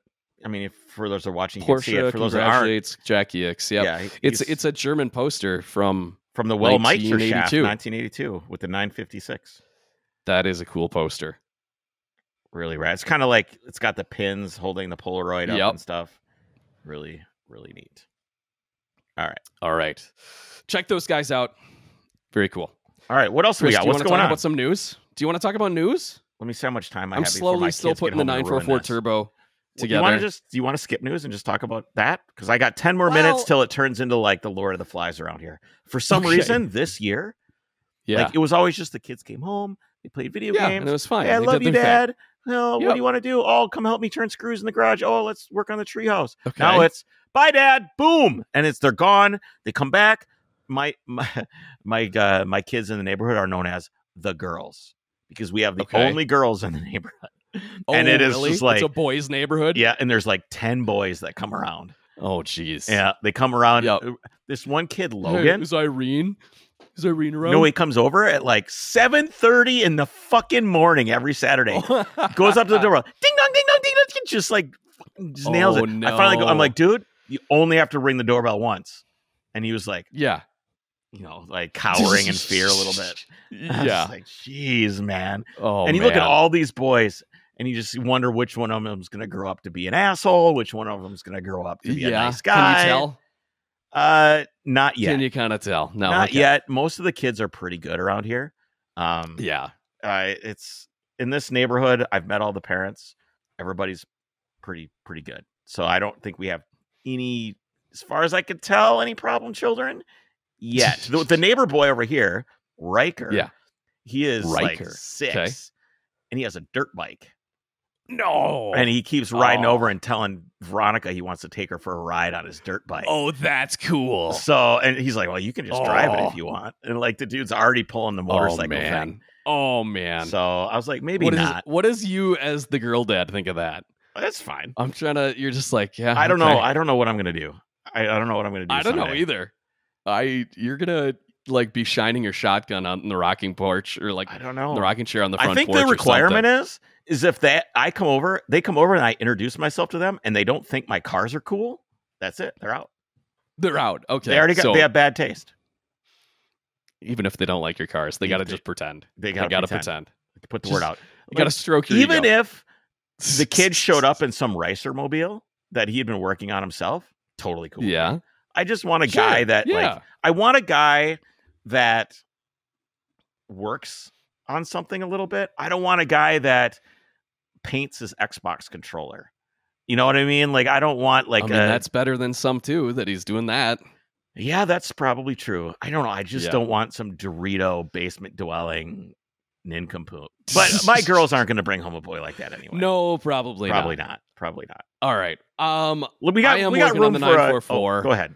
Speaker 1: I mean, if for those who are watching, you can see
Speaker 2: Porsche
Speaker 1: it. For those that aren't,
Speaker 2: congratulates Jackie X. Yep.
Speaker 1: yeah, he-
Speaker 2: it's
Speaker 1: he's
Speaker 2: it's a German poster from
Speaker 1: from the Will Meitzer shaft,
Speaker 2: 1982.
Speaker 1: 1982, with the 956.
Speaker 2: that is a cool poster.
Speaker 1: Really rad. It's kind of like it's got the pins holding the Polaroid up
Speaker 2: Yep.
Speaker 1: and stuff. Really, really neat.
Speaker 2: All right. Check those guys out. Very cool.
Speaker 1: All right, what else
Speaker 2: Chris,
Speaker 1: we
Speaker 2: do
Speaker 1: got?
Speaker 2: you
Speaker 1: What's
Speaker 2: wanna
Speaker 1: going
Speaker 2: talk
Speaker 1: on?
Speaker 2: about some news? Do you want to talk about news?
Speaker 1: Let me see how much time I
Speaker 2: I'm
Speaker 1: have. before my
Speaker 2: slowly still
Speaker 1: kids get
Speaker 2: putting the
Speaker 1: home and ruin
Speaker 2: 944
Speaker 1: this.
Speaker 2: turbo
Speaker 1: Well,
Speaker 2: together.
Speaker 1: You want to just do you want to skip news and just talk about that? Because I got ten more minutes
Speaker 2: Well-
Speaker 1: till it turns into like the Lord of the Flies around here. For some
Speaker 2: Okay.
Speaker 1: reason, this year,
Speaker 2: yeah.
Speaker 1: like it was always just the kids came home, they played video
Speaker 2: yeah,
Speaker 1: games.
Speaker 2: and it was fine.
Speaker 1: Hey, I
Speaker 2: They
Speaker 1: love
Speaker 2: did
Speaker 1: you,
Speaker 2: their
Speaker 1: Dad.
Speaker 2: thing.
Speaker 1: No, what
Speaker 2: Yep.
Speaker 1: do you want to do? Oh, come help me turn screws in the garage. Oh, let's work on the treehouse.
Speaker 2: Okay.
Speaker 1: Now it's bye, Dad. Boom, and it's they're gone. They come back. My my my uh, my kids in the neighborhood are known as the girls because we have the
Speaker 2: Okay.
Speaker 1: only girls in the neighborhood.
Speaker 2: oh,
Speaker 1: and it is
Speaker 2: really?
Speaker 1: just like-
Speaker 2: it's a boys' neighborhood.
Speaker 1: Yeah, and there's like ten boys that come around.
Speaker 2: Oh, jeez.
Speaker 1: Yeah, they come around. uh,
Speaker 2: Yep.
Speaker 1: This one kid,
Speaker 2: Hey,
Speaker 1: Logan.
Speaker 2: is Irene? Is Irene around?
Speaker 1: no, he comes over at like seven thirty in the fucking morning every Saturday.
Speaker 2: Oh
Speaker 1: goes up to the door, ding dong, ding dong, ding dong, just like just nails
Speaker 2: Oh,
Speaker 1: it. I finally go, I'm
Speaker 2: no.
Speaker 1: like, dude, you only have to ring the doorbell once. And he was like,
Speaker 2: Yeah.
Speaker 1: you know, like cowering in fear a little bit. I was
Speaker 2: yeah.
Speaker 1: like, jeez, man.
Speaker 2: Oh,
Speaker 1: and you look at
Speaker 2: man.
Speaker 1: all these boys and you just wonder which one of them's going to grow up to be an asshole, which one of them's going to grow up to be
Speaker 2: yeah.
Speaker 1: a nice guy.
Speaker 2: Can you tell?
Speaker 1: Uh, not yet.
Speaker 2: Can you kind of tell? No.
Speaker 1: not
Speaker 2: okay.
Speaker 1: yet. Most of the kids are pretty good around here. Um,
Speaker 2: Yeah.
Speaker 1: uh, it's in this neighborhood. I've met all the parents. Everybody's pretty pretty good. So I don't think we have any, as far as I can tell, any problem children yet. the, the neighbor boy over here, Riker.
Speaker 2: Yeah.
Speaker 1: he is like
Speaker 2: Riker.
Speaker 1: six,
Speaker 2: Okay.
Speaker 1: and he has a dirt bike,
Speaker 2: No.
Speaker 1: and he keeps riding
Speaker 2: Oh.
Speaker 1: over and telling Veronica he wants to take her for a ride on his dirt bike.
Speaker 2: oh, that's cool.
Speaker 1: So and he's like, well, you can just drive it
Speaker 2: Oh.
Speaker 1: if you want, and like the dude's already pulling the motorcycle
Speaker 2: oh man.
Speaker 1: thing.
Speaker 2: Oh man.
Speaker 1: So I was like, maybe
Speaker 2: What is-
Speaker 1: not.
Speaker 2: what does you as the girl dad think of that?
Speaker 1: That's fine.
Speaker 2: I'm trying to. You're just like, yeah.
Speaker 1: I don't
Speaker 2: okay.
Speaker 1: know. I don't know what I'm gonna do. I, I don't know what I'm gonna do.
Speaker 2: I don't know
Speaker 1: someday.
Speaker 2: either. I you're gonna like be shining your shotgun on the rocking porch or like
Speaker 1: I don't know.
Speaker 2: the rocking chair on the front.
Speaker 1: I think
Speaker 2: porch
Speaker 1: the
Speaker 2: or
Speaker 1: requirement
Speaker 2: something.
Speaker 1: is is if that I come over, they come over and I introduce myself to them, and they don't think my cars are cool. That's it. They're out.
Speaker 2: they're out. Okay,
Speaker 1: they already got.
Speaker 2: So,
Speaker 1: they have bad taste.
Speaker 2: even if they don't like your cars, they
Speaker 1: Even
Speaker 2: gotta
Speaker 1: if
Speaker 2: just pretend.
Speaker 1: They
Speaker 2: They
Speaker 1: got
Speaker 2: gotta
Speaker 1: to
Speaker 2: pretend.
Speaker 1: Put the
Speaker 2: Just-
Speaker 1: word out.
Speaker 2: You gotta
Speaker 1: Like,
Speaker 2: stroke your
Speaker 1: Even
Speaker 2: ego.
Speaker 1: if the kid showed up in some ricer mobile that he had been working on himself, totally cool.
Speaker 2: yeah,
Speaker 1: I just want a
Speaker 2: Sure.
Speaker 1: guy that
Speaker 2: yeah.
Speaker 1: like I want a guy that works on something a little bit. I don't want a guy that paints his Xbox controller. You know what I mean? Like I don't want like
Speaker 2: I mean,
Speaker 1: a
Speaker 2: that's better than some too. That he's doing that.
Speaker 1: yeah, that's probably true. I don't know. I just
Speaker 2: Yeah.
Speaker 1: don't want some Dorito basement dwelling nincompoop. But my girls aren't going to bring home a boy like that anyway.
Speaker 2: No, probably not.
Speaker 1: probably not. Probably not.
Speaker 2: All right. Um.
Speaker 1: Well, We got
Speaker 2: I am
Speaker 1: we got
Speaker 2: working
Speaker 1: room
Speaker 2: on the
Speaker 1: for a-
Speaker 2: 944.
Speaker 1: oh, go ahead.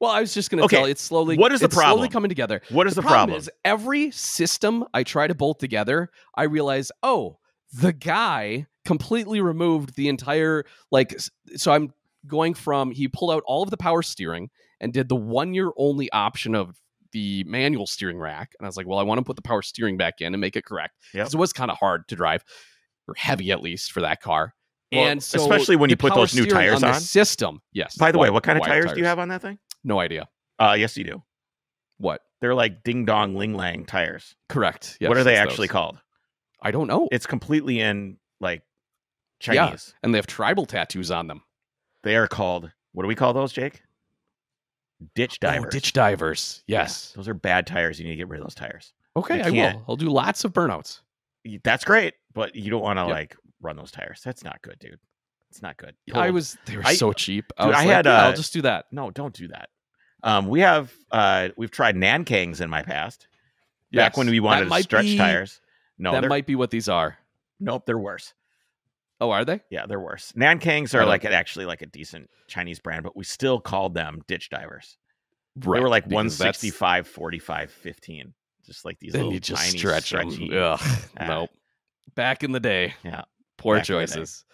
Speaker 2: Well, I was just gonna
Speaker 1: Okay,
Speaker 2: tell you. It's slowly.
Speaker 1: what is the
Speaker 2: it's slowly
Speaker 1: problem?
Speaker 2: coming together.
Speaker 1: What is the, problem?
Speaker 2: is every system I try to bolt together, I realize, oh, the guy completely removed the entire like s- so I'm going from he pulled out all of the power steering and did the one year only option of the manual steering rack. And I was like, well, I want to put the power steering back in and make it correct.
Speaker 1: Yep.
Speaker 2: Because it was kind of hard to drive, or heavy at least for that car.
Speaker 1: Well,
Speaker 2: and so
Speaker 1: especially when you
Speaker 2: the
Speaker 1: put
Speaker 2: power
Speaker 1: those new
Speaker 2: steering
Speaker 1: tires
Speaker 2: on,
Speaker 1: on.
Speaker 2: the system. Yes.
Speaker 1: By the way,
Speaker 2: Wide-
Speaker 1: what kind of
Speaker 2: wide
Speaker 1: tires do you have on that thing?
Speaker 2: No idea.
Speaker 1: Uh, yes, you do.
Speaker 2: What?
Speaker 1: They're like ding dong ling lang tires.
Speaker 2: Correct. Yes,
Speaker 1: what are they
Speaker 2: it's
Speaker 1: actually
Speaker 2: those.
Speaker 1: called?
Speaker 2: I don't know.
Speaker 1: It's completely in like
Speaker 2: Yeah.
Speaker 1: Chinese.
Speaker 2: and they have tribal tattoos on them.
Speaker 1: They are called what do we call those, Jake? Ditch
Speaker 2: Oh,
Speaker 1: divers.
Speaker 2: ditch divers.
Speaker 1: Yeah,
Speaker 2: Yes.
Speaker 1: those are bad tires. You need to get rid of those tires.
Speaker 2: Okay,
Speaker 1: You
Speaker 2: I
Speaker 1: can't-
Speaker 2: will. I'll do lots of burnouts.
Speaker 1: Y- That's great, but you don't want to
Speaker 2: Yep.
Speaker 1: like run those tires. That's not good, dude. It's not good.
Speaker 2: I
Speaker 1: Total-
Speaker 2: was they were
Speaker 1: Oh. I-
Speaker 2: so cheap. I
Speaker 1: Dude,
Speaker 2: was
Speaker 1: I
Speaker 2: like,
Speaker 1: had,
Speaker 2: "Yeah,
Speaker 1: uh,
Speaker 2: I'll just do that.
Speaker 1: no, don't do that. Um, we have uh, we've tried Nankangs in my past. Back
Speaker 2: Yes.
Speaker 1: when we
Speaker 2: That
Speaker 1: wanted to
Speaker 2: might
Speaker 1: stretch
Speaker 2: be-
Speaker 1: tires. No,
Speaker 2: that
Speaker 1: they're,
Speaker 2: might be what these are.
Speaker 1: nope, they're worse.
Speaker 2: Oh, are they?
Speaker 1: Yeah, they're worse. Nankangs
Speaker 2: I
Speaker 1: are
Speaker 2: don't-
Speaker 1: like an, actually like a decent Chinese brand, but we still called them ditch divers.
Speaker 2: Right.
Speaker 1: They were like
Speaker 2: because that's-
Speaker 1: 165, 45, 15. Just like these
Speaker 2: Then
Speaker 1: little
Speaker 2: you just
Speaker 1: tiny
Speaker 2: stretch
Speaker 1: stretchy.
Speaker 2: them. Ugh,
Speaker 1: Ah.
Speaker 2: nope. Back in the day.
Speaker 1: Yeah,
Speaker 2: Poor
Speaker 1: back in the day.
Speaker 2: choices.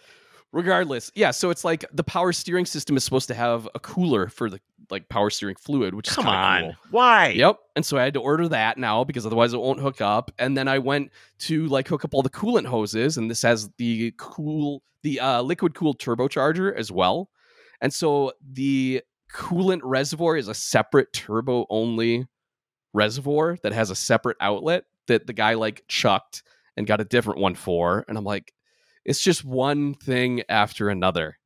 Speaker 2: Regardless, yeah. So it's like the power steering system is supposed to have a cooler for the like power steering fluid, which
Speaker 1: Come
Speaker 2: is kinda
Speaker 1: on.
Speaker 2: cool.
Speaker 1: Why?
Speaker 2: Yep. And so I had to order that now because otherwise it won't hook up. And then I went to like hook up all the coolant hoses, and this has the cool, the uh, liquid cooled turbocharger as well. And so the coolant reservoir is a separate turbo only reservoir that has a separate outlet that the guy like chucked and got a different one for. And I'm like, it's just one thing after another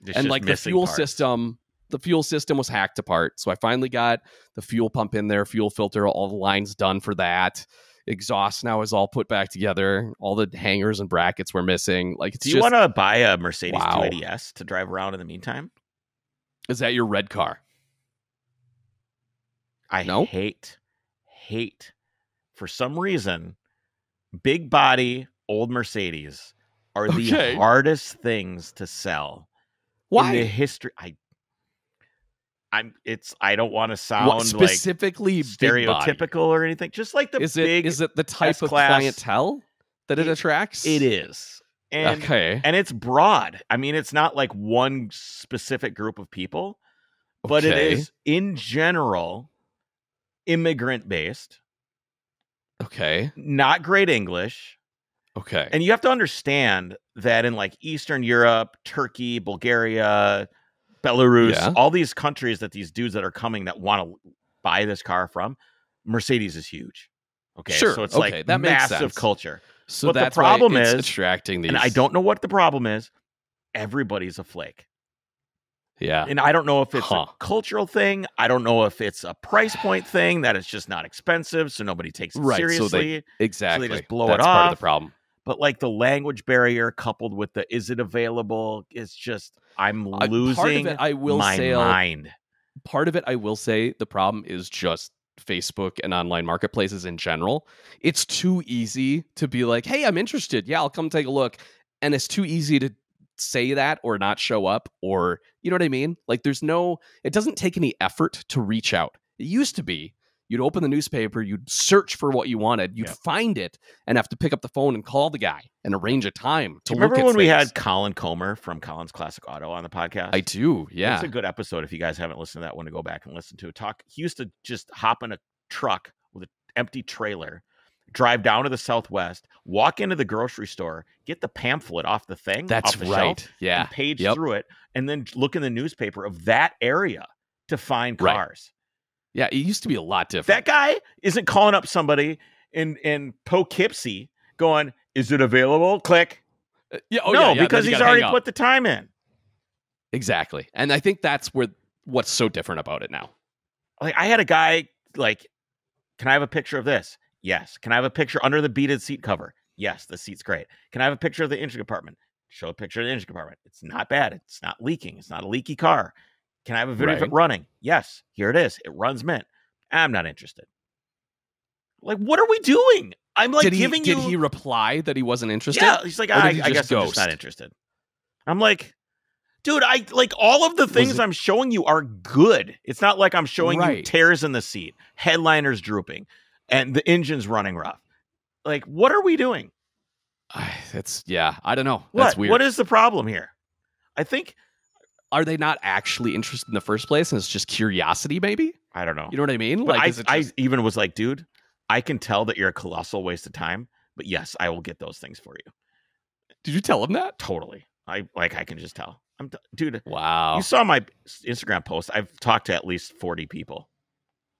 Speaker 1: It's
Speaker 2: and
Speaker 1: just
Speaker 2: like the
Speaker 1: missing
Speaker 2: fuel
Speaker 1: parts.
Speaker 2: system the fuel system was hacked apart so i finally got the fuel pump in there fuel filter all the lines done for that exhaust now is all put back together all the hangers and brackets were missing like it's
Speaker 1: Do you
Speaker 2: just
Speaker 1: want to buy a Mercedes
Speaker 2: Wow.
Speaker 1: 280S to drive around in the meantime?
Speaker 2: is that your red car
Speaker 1: I
Speaker 2: No?
Speaker 1: hate, hate, for some reason, big body old Mercedes are
Speaker 2: Okay.
Speaker 1: the hardest things to sell in the history. I, I'm. It's. I don't want to sound
Speaker 2: What, specifically
Speaker 1: like
Speaker 2: big body?
Speaker 1: stereotypical or anything. Just like the
Speaker 2: is it
Speaker 1: big.
Speaker 2: is it the type of
Speaker 1: S-class-
Speaker 2: clientele that it,
Speaker 1: It-
Speaker 2: attracts
Speaker 1: it is. And
Speaker 2: okay
Speaker 1: and it's broad. I mean, it's not like one specific group of people, but it
Speaker 2: Okay.
Speaker 1: is in general immigrant based,
Speaker 2: okay
Speaker 1: not great English.
Speaker 2: okay
Speaker 1: And you have to understand that in like Eastern Europe, Turkey, Bulgaria, Belarus,
Speaker 2: Yeah.
Speaker 1: all these countries that these dudes that are coming that want to buy this car from, Mercedes is huge. Okay.
Speaker 2: Sure.
Speaker 1: So it's
Speaker 2: Okay,
Speaker 1: like
Speaker 2: that makes
Speaker 1: massive
Speaker 2: sense.
Speaker 1: culture.
Speaker 2: so
Speaker 1: but the
Speaker 2: that's why
Speaker 1: problem
Speaker 2: it's
Speaker 1: is-
Speaker 2: attracting these
Speaker 1: And I don't know what the problem is. Everybody's a flake.
Speaker 2: yeah
Speaker 1: And I don't know if it's
Speaker 2: Huh.
Speaker 1: a cultural thing. I don't know if it's a price point thing that it's just not expensive, so nobody takes it
Speaker 2: Right, so they-
Speaker 1: seriously.
Speaker 2: exactly
Speaker 1: blow it
Speaker 2: that's part of
Speaker 1: off.
Speaker 2: the problem
Speaker 1: But like the language barrier coupled with the is it available? It's just I'm
Speaker 2: I-
Speaker 1: losing
Speaker 2: Uh, part of it I will
Speaker 1: my
Speaker 2: say
Speaker 1: mind.
Speaker 2: part of it I will say the problem is just Facebook and online marketplaces in general. It's too easy to be like, "Hey, I'm interested. Yeah, I'll come take a look." And it's too easy to say that or not show up or you know what I mean? Like there's no it doesn't take any effort to reach out. It used to be you'd open the newspaper, you'd search for what you wanted, you'd
Speaker 1: Yeah.
Speaker 2: find it and have to pick up the phone and call the guy and arrange a time to
Speaker 1: Do you
Speaker 2: look
Speaker 1: remember
Speaker 2: at
Speaker 1: when we
Speaker 2: things.
Speaker 1: had Colin Comer from Colin's Classic Auto on the podcast?
Speaker 2: I do. Yeah.
Speaker 1: It's a good episode. If you guys haven't listened to that one, to go back and listen to it. Talk. He used to just hop in a truck with an empty trailer, drive down to the Southwest, walk into the grocery store, get the pamphlet off the thing.
Speaker 2: That's
Speaker 1: off the
Speaker 2: right.
Speaker 1: Shelf,
Speaker 2: yeah.
Speaker 1: and page
Speaker 2: Yep.
Speaker 1: through it, and then look in the newspaper of that area to find
Speaker 2: Right.
Speaker 1: cars.
Speaker 2: Yeah, it used to be a lot
Speaker 1: That
Speaker 2: different.
Speaker 1: guy isn't calling up somebody in in Poughkeepsie going, "Is it available?" Click.
Speaker 2: Uh, Yeah,
Speaker 1: no,
Speaker 2: oh, yeah, yeah, then
Speaker 1: because
Speaker 2: you
Speaker 1: he's
Speaker 2: gotta hang
Speaker 1: already
Speaker 2: up.
Speaker 1: put the time in.
Speaker 2: exactly, and I think that's where what's so different about it now.
Speaker 1: like I had a guy like, can I have a picture of this? Yes. Can I have a picture under the beaded seat cover? Yes, the seat's great. Can I have a picture of the engine compartment? Show a picture of the engine compartment. It's not bad. It's not leaking. It's not a leaky car. Can I have a video of
Speaker 2: Right.
Speaker 1: it running? Yes. Here it is. It runs mint. I'm not interested. Like, what are we doing? I'm like
Speaker 2: did he
Speaker 1: giving
Speaker 2: did
Speaker 1: you.
Speaker 2: he reply that he wasn't interested?
Speaker 1: yeah, he's like,
Speaker 2: Or did
Speaker 1: I,
Speaker 2: he
Speaker 1: I
Speaker 2: just
Speaker 1: guess I'm just not
Speaker 2: ghost?
Speaker 1: interested. I'm like, dude, I like all of the things
Speaker 2: it-
Speaker 1: I'm showing you are good. It's not like I'm showing you
Speaker 2: Right.
Speaker 1: tears in the seat, headliners drooping, and the engine's running rough. Like, what are we doing?
Speaker 2: I- that's yeah. I don't know.
Speaker 1: What?
Speaker 2: That's weird.
Speaker 1: What is the problem here? I think
Speaker 2: Are they not actually interested in the first place, and it's just curiosity? Maybe
Speaker 1: I don't know.
Speaker 2: you know what I mean?
Speaker 1: but
Speaker 2: like,
Speaker 1: I,
Speaker 2: is it
Speaker 1: I
Speaker 2: just-
Speaker 1: even was like, dude, I can tell that you're a colossal waste of time. But yes, I will get those things for you.
Speaker 2: did you tell him that?
Speaker 1: Totally. I like. I can just tell. I'm, t- dude.
Speaker 2: Wow,
Speaker 1: You saw my Instagram post. I've talked to at least 40 people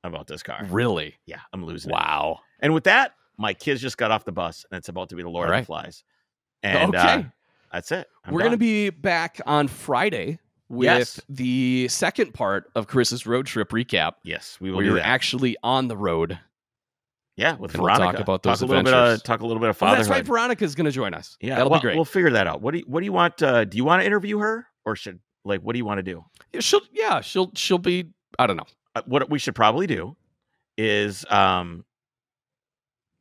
Speaker 1: about this car.
Speaker 2: really?
Speaker 1: Yeah, I'm losing it.
Speaker 2: Wow.
Speaker 1: And with that, my kids just got off the bus and it's about to be the Lord of
Speaker 2: Alright.
Speaker 1: the Flies. And
Speaker 2: okay.
Speaker 1: uh, That's it. I'm
Speaker 2: We're going to
Speaker 1: done.
Speaker 2: be back on Friday with
Speaker 1: Yes.
Speaker 2: the second part of Chris's road trip recap.
Speaker 1: Yes, we will
Speaker 2: where
Speaker 1: do
Speaker 2: you're
Speaker 1: that.
Speaker 2: actually on the road.
Speaker 1: yeah, with
Speaker 2: and we'll talk
Speaker 1: Veronica.
Speaker 2: about those
Speaker 1: a little bit.
Speaker 2: adventures.
Speaker 1: Of, talk a little bit of
Speaker 2: Oh,
Speaker 1: fatherhood.
Speaker 2: that's right. Veronica's going to join us.
Speaker 1: yeah,
Speaker 2: that'll
Speaker 1: well,
Speaker 2: be great.
Speaker 1: We'll figure that out. What do you, What do you want? Uh, do you want to interview her, or should like what do you want to do?
Speaker 2: Yeah, she'll yeah she'll she'll be I don't know.
Speaker 1: Uh, What we should probably do is um,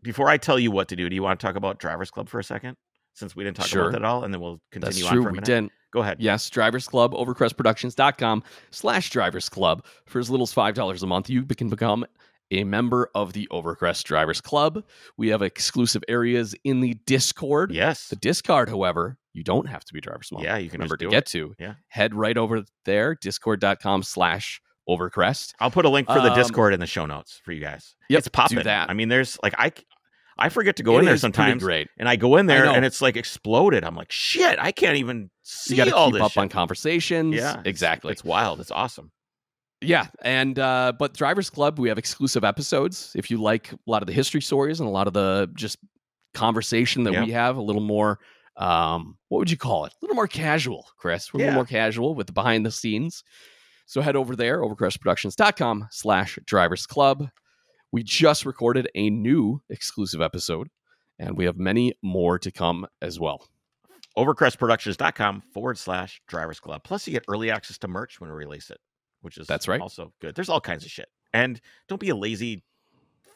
Speaker 1: before I tell you what to do, do you want to talk about Drivers Club for a second? Since we didn't talk
Speaker 2: Sure.
Speaker 1: about that at all, and then we'll continue
Speaker 2: That's
Speaker 1: on
Speaker 2: true.
Speaker 1: for a
Speaker 2: We
Speaker 1: minute.
Speaker 2: didn't.
Speaker 1: Go ahead.
Speaker 2: Yes, Drivers Club, overcrestproductions.com slash Drivers Club. For as little as $5 a month, you can become a member of the Overcrest Drivers Club. We have exclusive areas in the Discord.
Speaker 1: Yes.
Speaker 2: The Discord, however, you don't have to be Drivers Month.
Speaker 1: Yeah, you can
Speaker 2: remember
Speaker 1: just do
Speaker 2: to
Speaker 1: it.
Speaker 2: get to.
Speaker 1: Yeah.
Speaker 2: Head right over there, discord.com slash Overcrest.
Speaker 1: I'll put a link for the
Speaker 2: Um,
Speaker 1: Discord in the show notes for you guys.
Speaker 2: Yep,
Speaker 1: it's popping.
Speaker 2: do that.
Speaker 1: I mean, there's like I, c- I forget to go
Speaker 2: It
Speaker 1: in there
Speaker 2: is pretty
Speaker 1: sometimes,
Speaker 2: Great.
Speaker 1: and I go in there
Speaker 2: know.
Speaker 1: and it's like exploded. I'm like, shit, I can't even see
Speaker 2: You got to
Speaker 1: all
Speaker 2: keep
Speaker 1: this.
Speaker 2: up
Speaker 1: shit.
Speaker 2: on conversations.
Speaker 1: yeah, it's-
Speaker 2: Exactly.
Speaker 1: It's wild. It's awesome.
Speaker 2: Yeah, and uh, but Drivers Club, we have exclusive episodes. If you like a lot of the history stories and a lot of the just conversation that
Speaker 1: Yeah.
Speaker 2: we have, a little more, um, what would you call it? A little more casual, Chris. We're a
Speaker 1: Yeah.
Speaker 2: little more casual with the behind the scenes. So head over there, overcrestproductions.com slash Drivers Club. We just recorded a new exclusive episode, and we have many more to come as well.
Speaker 1: Overcrestproductions.com forward slash Drivers Club. Plus, you get early access to merch when we release it, which is
Speaker 2: That's right.
Speaker 1: Also good. There's all kinds of shit. And don't be a lazy.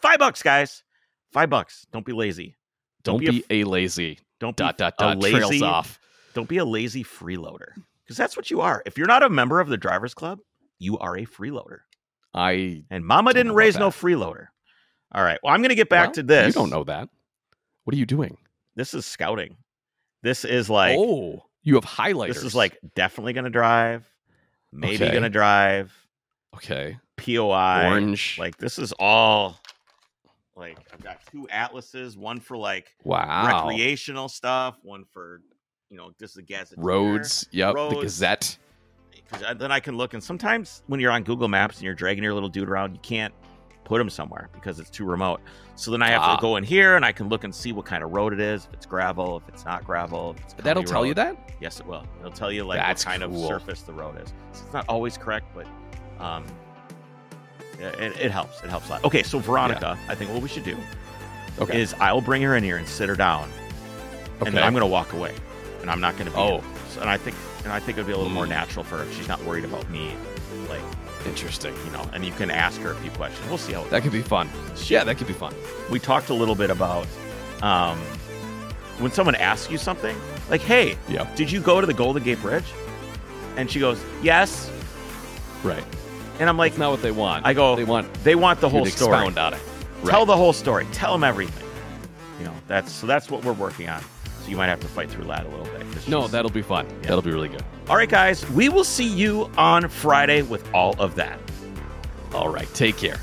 Speaker 1: Five bucks, guys. Five bucks. Don't be lazy.
Speaker 2: Don't,
Speaker 1: be a
Speaker 2: be, a, lazy
Speaker 1: Don't
Speaker 2: dot
Speaker 1: be
Speaker 2: dot
Speaker 1: a
Speaker 2: dot trails
Speaker 1: lazy-
Speaker 2: off.
Speaker 1: Don't be a lazy freeloader because that's what you are. If you're not a member of the Drivers Club, you are a freeloader.
Speaker 2: I
Speaker 1: And Mama
Speaker 2: Don't know
Speaker 1: didn't
Speaker 2: about
Speaker 1: raise no
Speaker 2: that.
Speaker 1: freeloader. All right. Well, I'm going to get back
Speaker 2: Well,
Speaker 1: to this.
Speaker 2: You don't know that. What are you doing?
Speaker 1: This is scouting. This is like,
Speaker 2: oh, you have highlighters.
Speaker 1: this is like definitely going to drive, maybe
Speaker 2: Okay.
Speaker 1: going to drive,
Speaker 2: okay,
Speaker 1: POI.
Speaker 2: orange.
Speaker 1: Like, this is all like, I've got two atlases, one for like
Speaker 2: wow,
Speaker 1: recreational stuff, one for, you know, this is a gazetteer.
Speaker 2: roads. Yep, the
Speaker 1: Roads.
Speaker 2: Gazette.
Speaker 1: 'Cause I- then I can look. And sometimes when you're on Google Maps and you're dragging your little dude around, you can't put him somewhere because it's too remote. So then I have
Speaker 2: Ah.
Speaker 1: to go in here and I can look and see what kind of road it is, if it's gravel, if it's not gravel. If it's a
Speaker 2: That'll
Speaker 1: county
Speaker 2: tell you
Speaker 1: road.
Speaker 2: that.
Speaker 1: Yes, it will. It'll tell you like
Speaker 2: That's
Speaker 1: what kind
Speaker 2: cool.
Speaker 1: of surface the road is. So it's not always correct, but um, it, it- it helps. It helps a lot. Okay, so Veronica, I think what we should do
Speaker 2: Okay.
Speaker 1: is I'll bring her in here and sit her down,
Speaker 2: Okay.
Speaker 1: and then I'm going to walk away, and I'm not going to be.
Speaker 2: oh,
Speaker 1: So- and I think and I think it'd be a little more
Speaker 2: Mm.
Speaker 1: natural for her. if She's not worried about me, like
Speaker 2: interesting.
Speaker 1: you know. And you can ask her a few questions. We'll see how it
Speaker 2: That could be fun.
Speaker 1: goes.
Speaker 2: Yeah, that could be fun.
Speaker 1: we talked a little bit about um, when someone asks you something, like, "Hey,
Speaker 2: Yeah.
Speaker 1: did you go to the Golden Gate Bridge?" And she goes, "Yes,"
Speaker 2: Right.
Speaker 1: and I'm like,
Speaker 2: That's not what they want.
Speaker 1: I go,
Speaker 2: They want
Speaker 1: "They want the
Speaker 2: you
Speaker 1: whole
Speaker 2: to
Speaker 1: story.
Speaker 2: expound on it. Right.
Speaker 1: Tell the whole story. Tell them everything." You know, that's so that's what we're working on. So you might have to fight through that a little bit. 'cause
Speaker 2: no,
Speaker 1: she's-
Speaker 2: that'll be fun.
Speaker 1: Yeah.
Speaker 2: That'll be really good.
Speaker 1: All right, guys, we will see you on Friday with all of that.
Speaker 2: All right. Take care.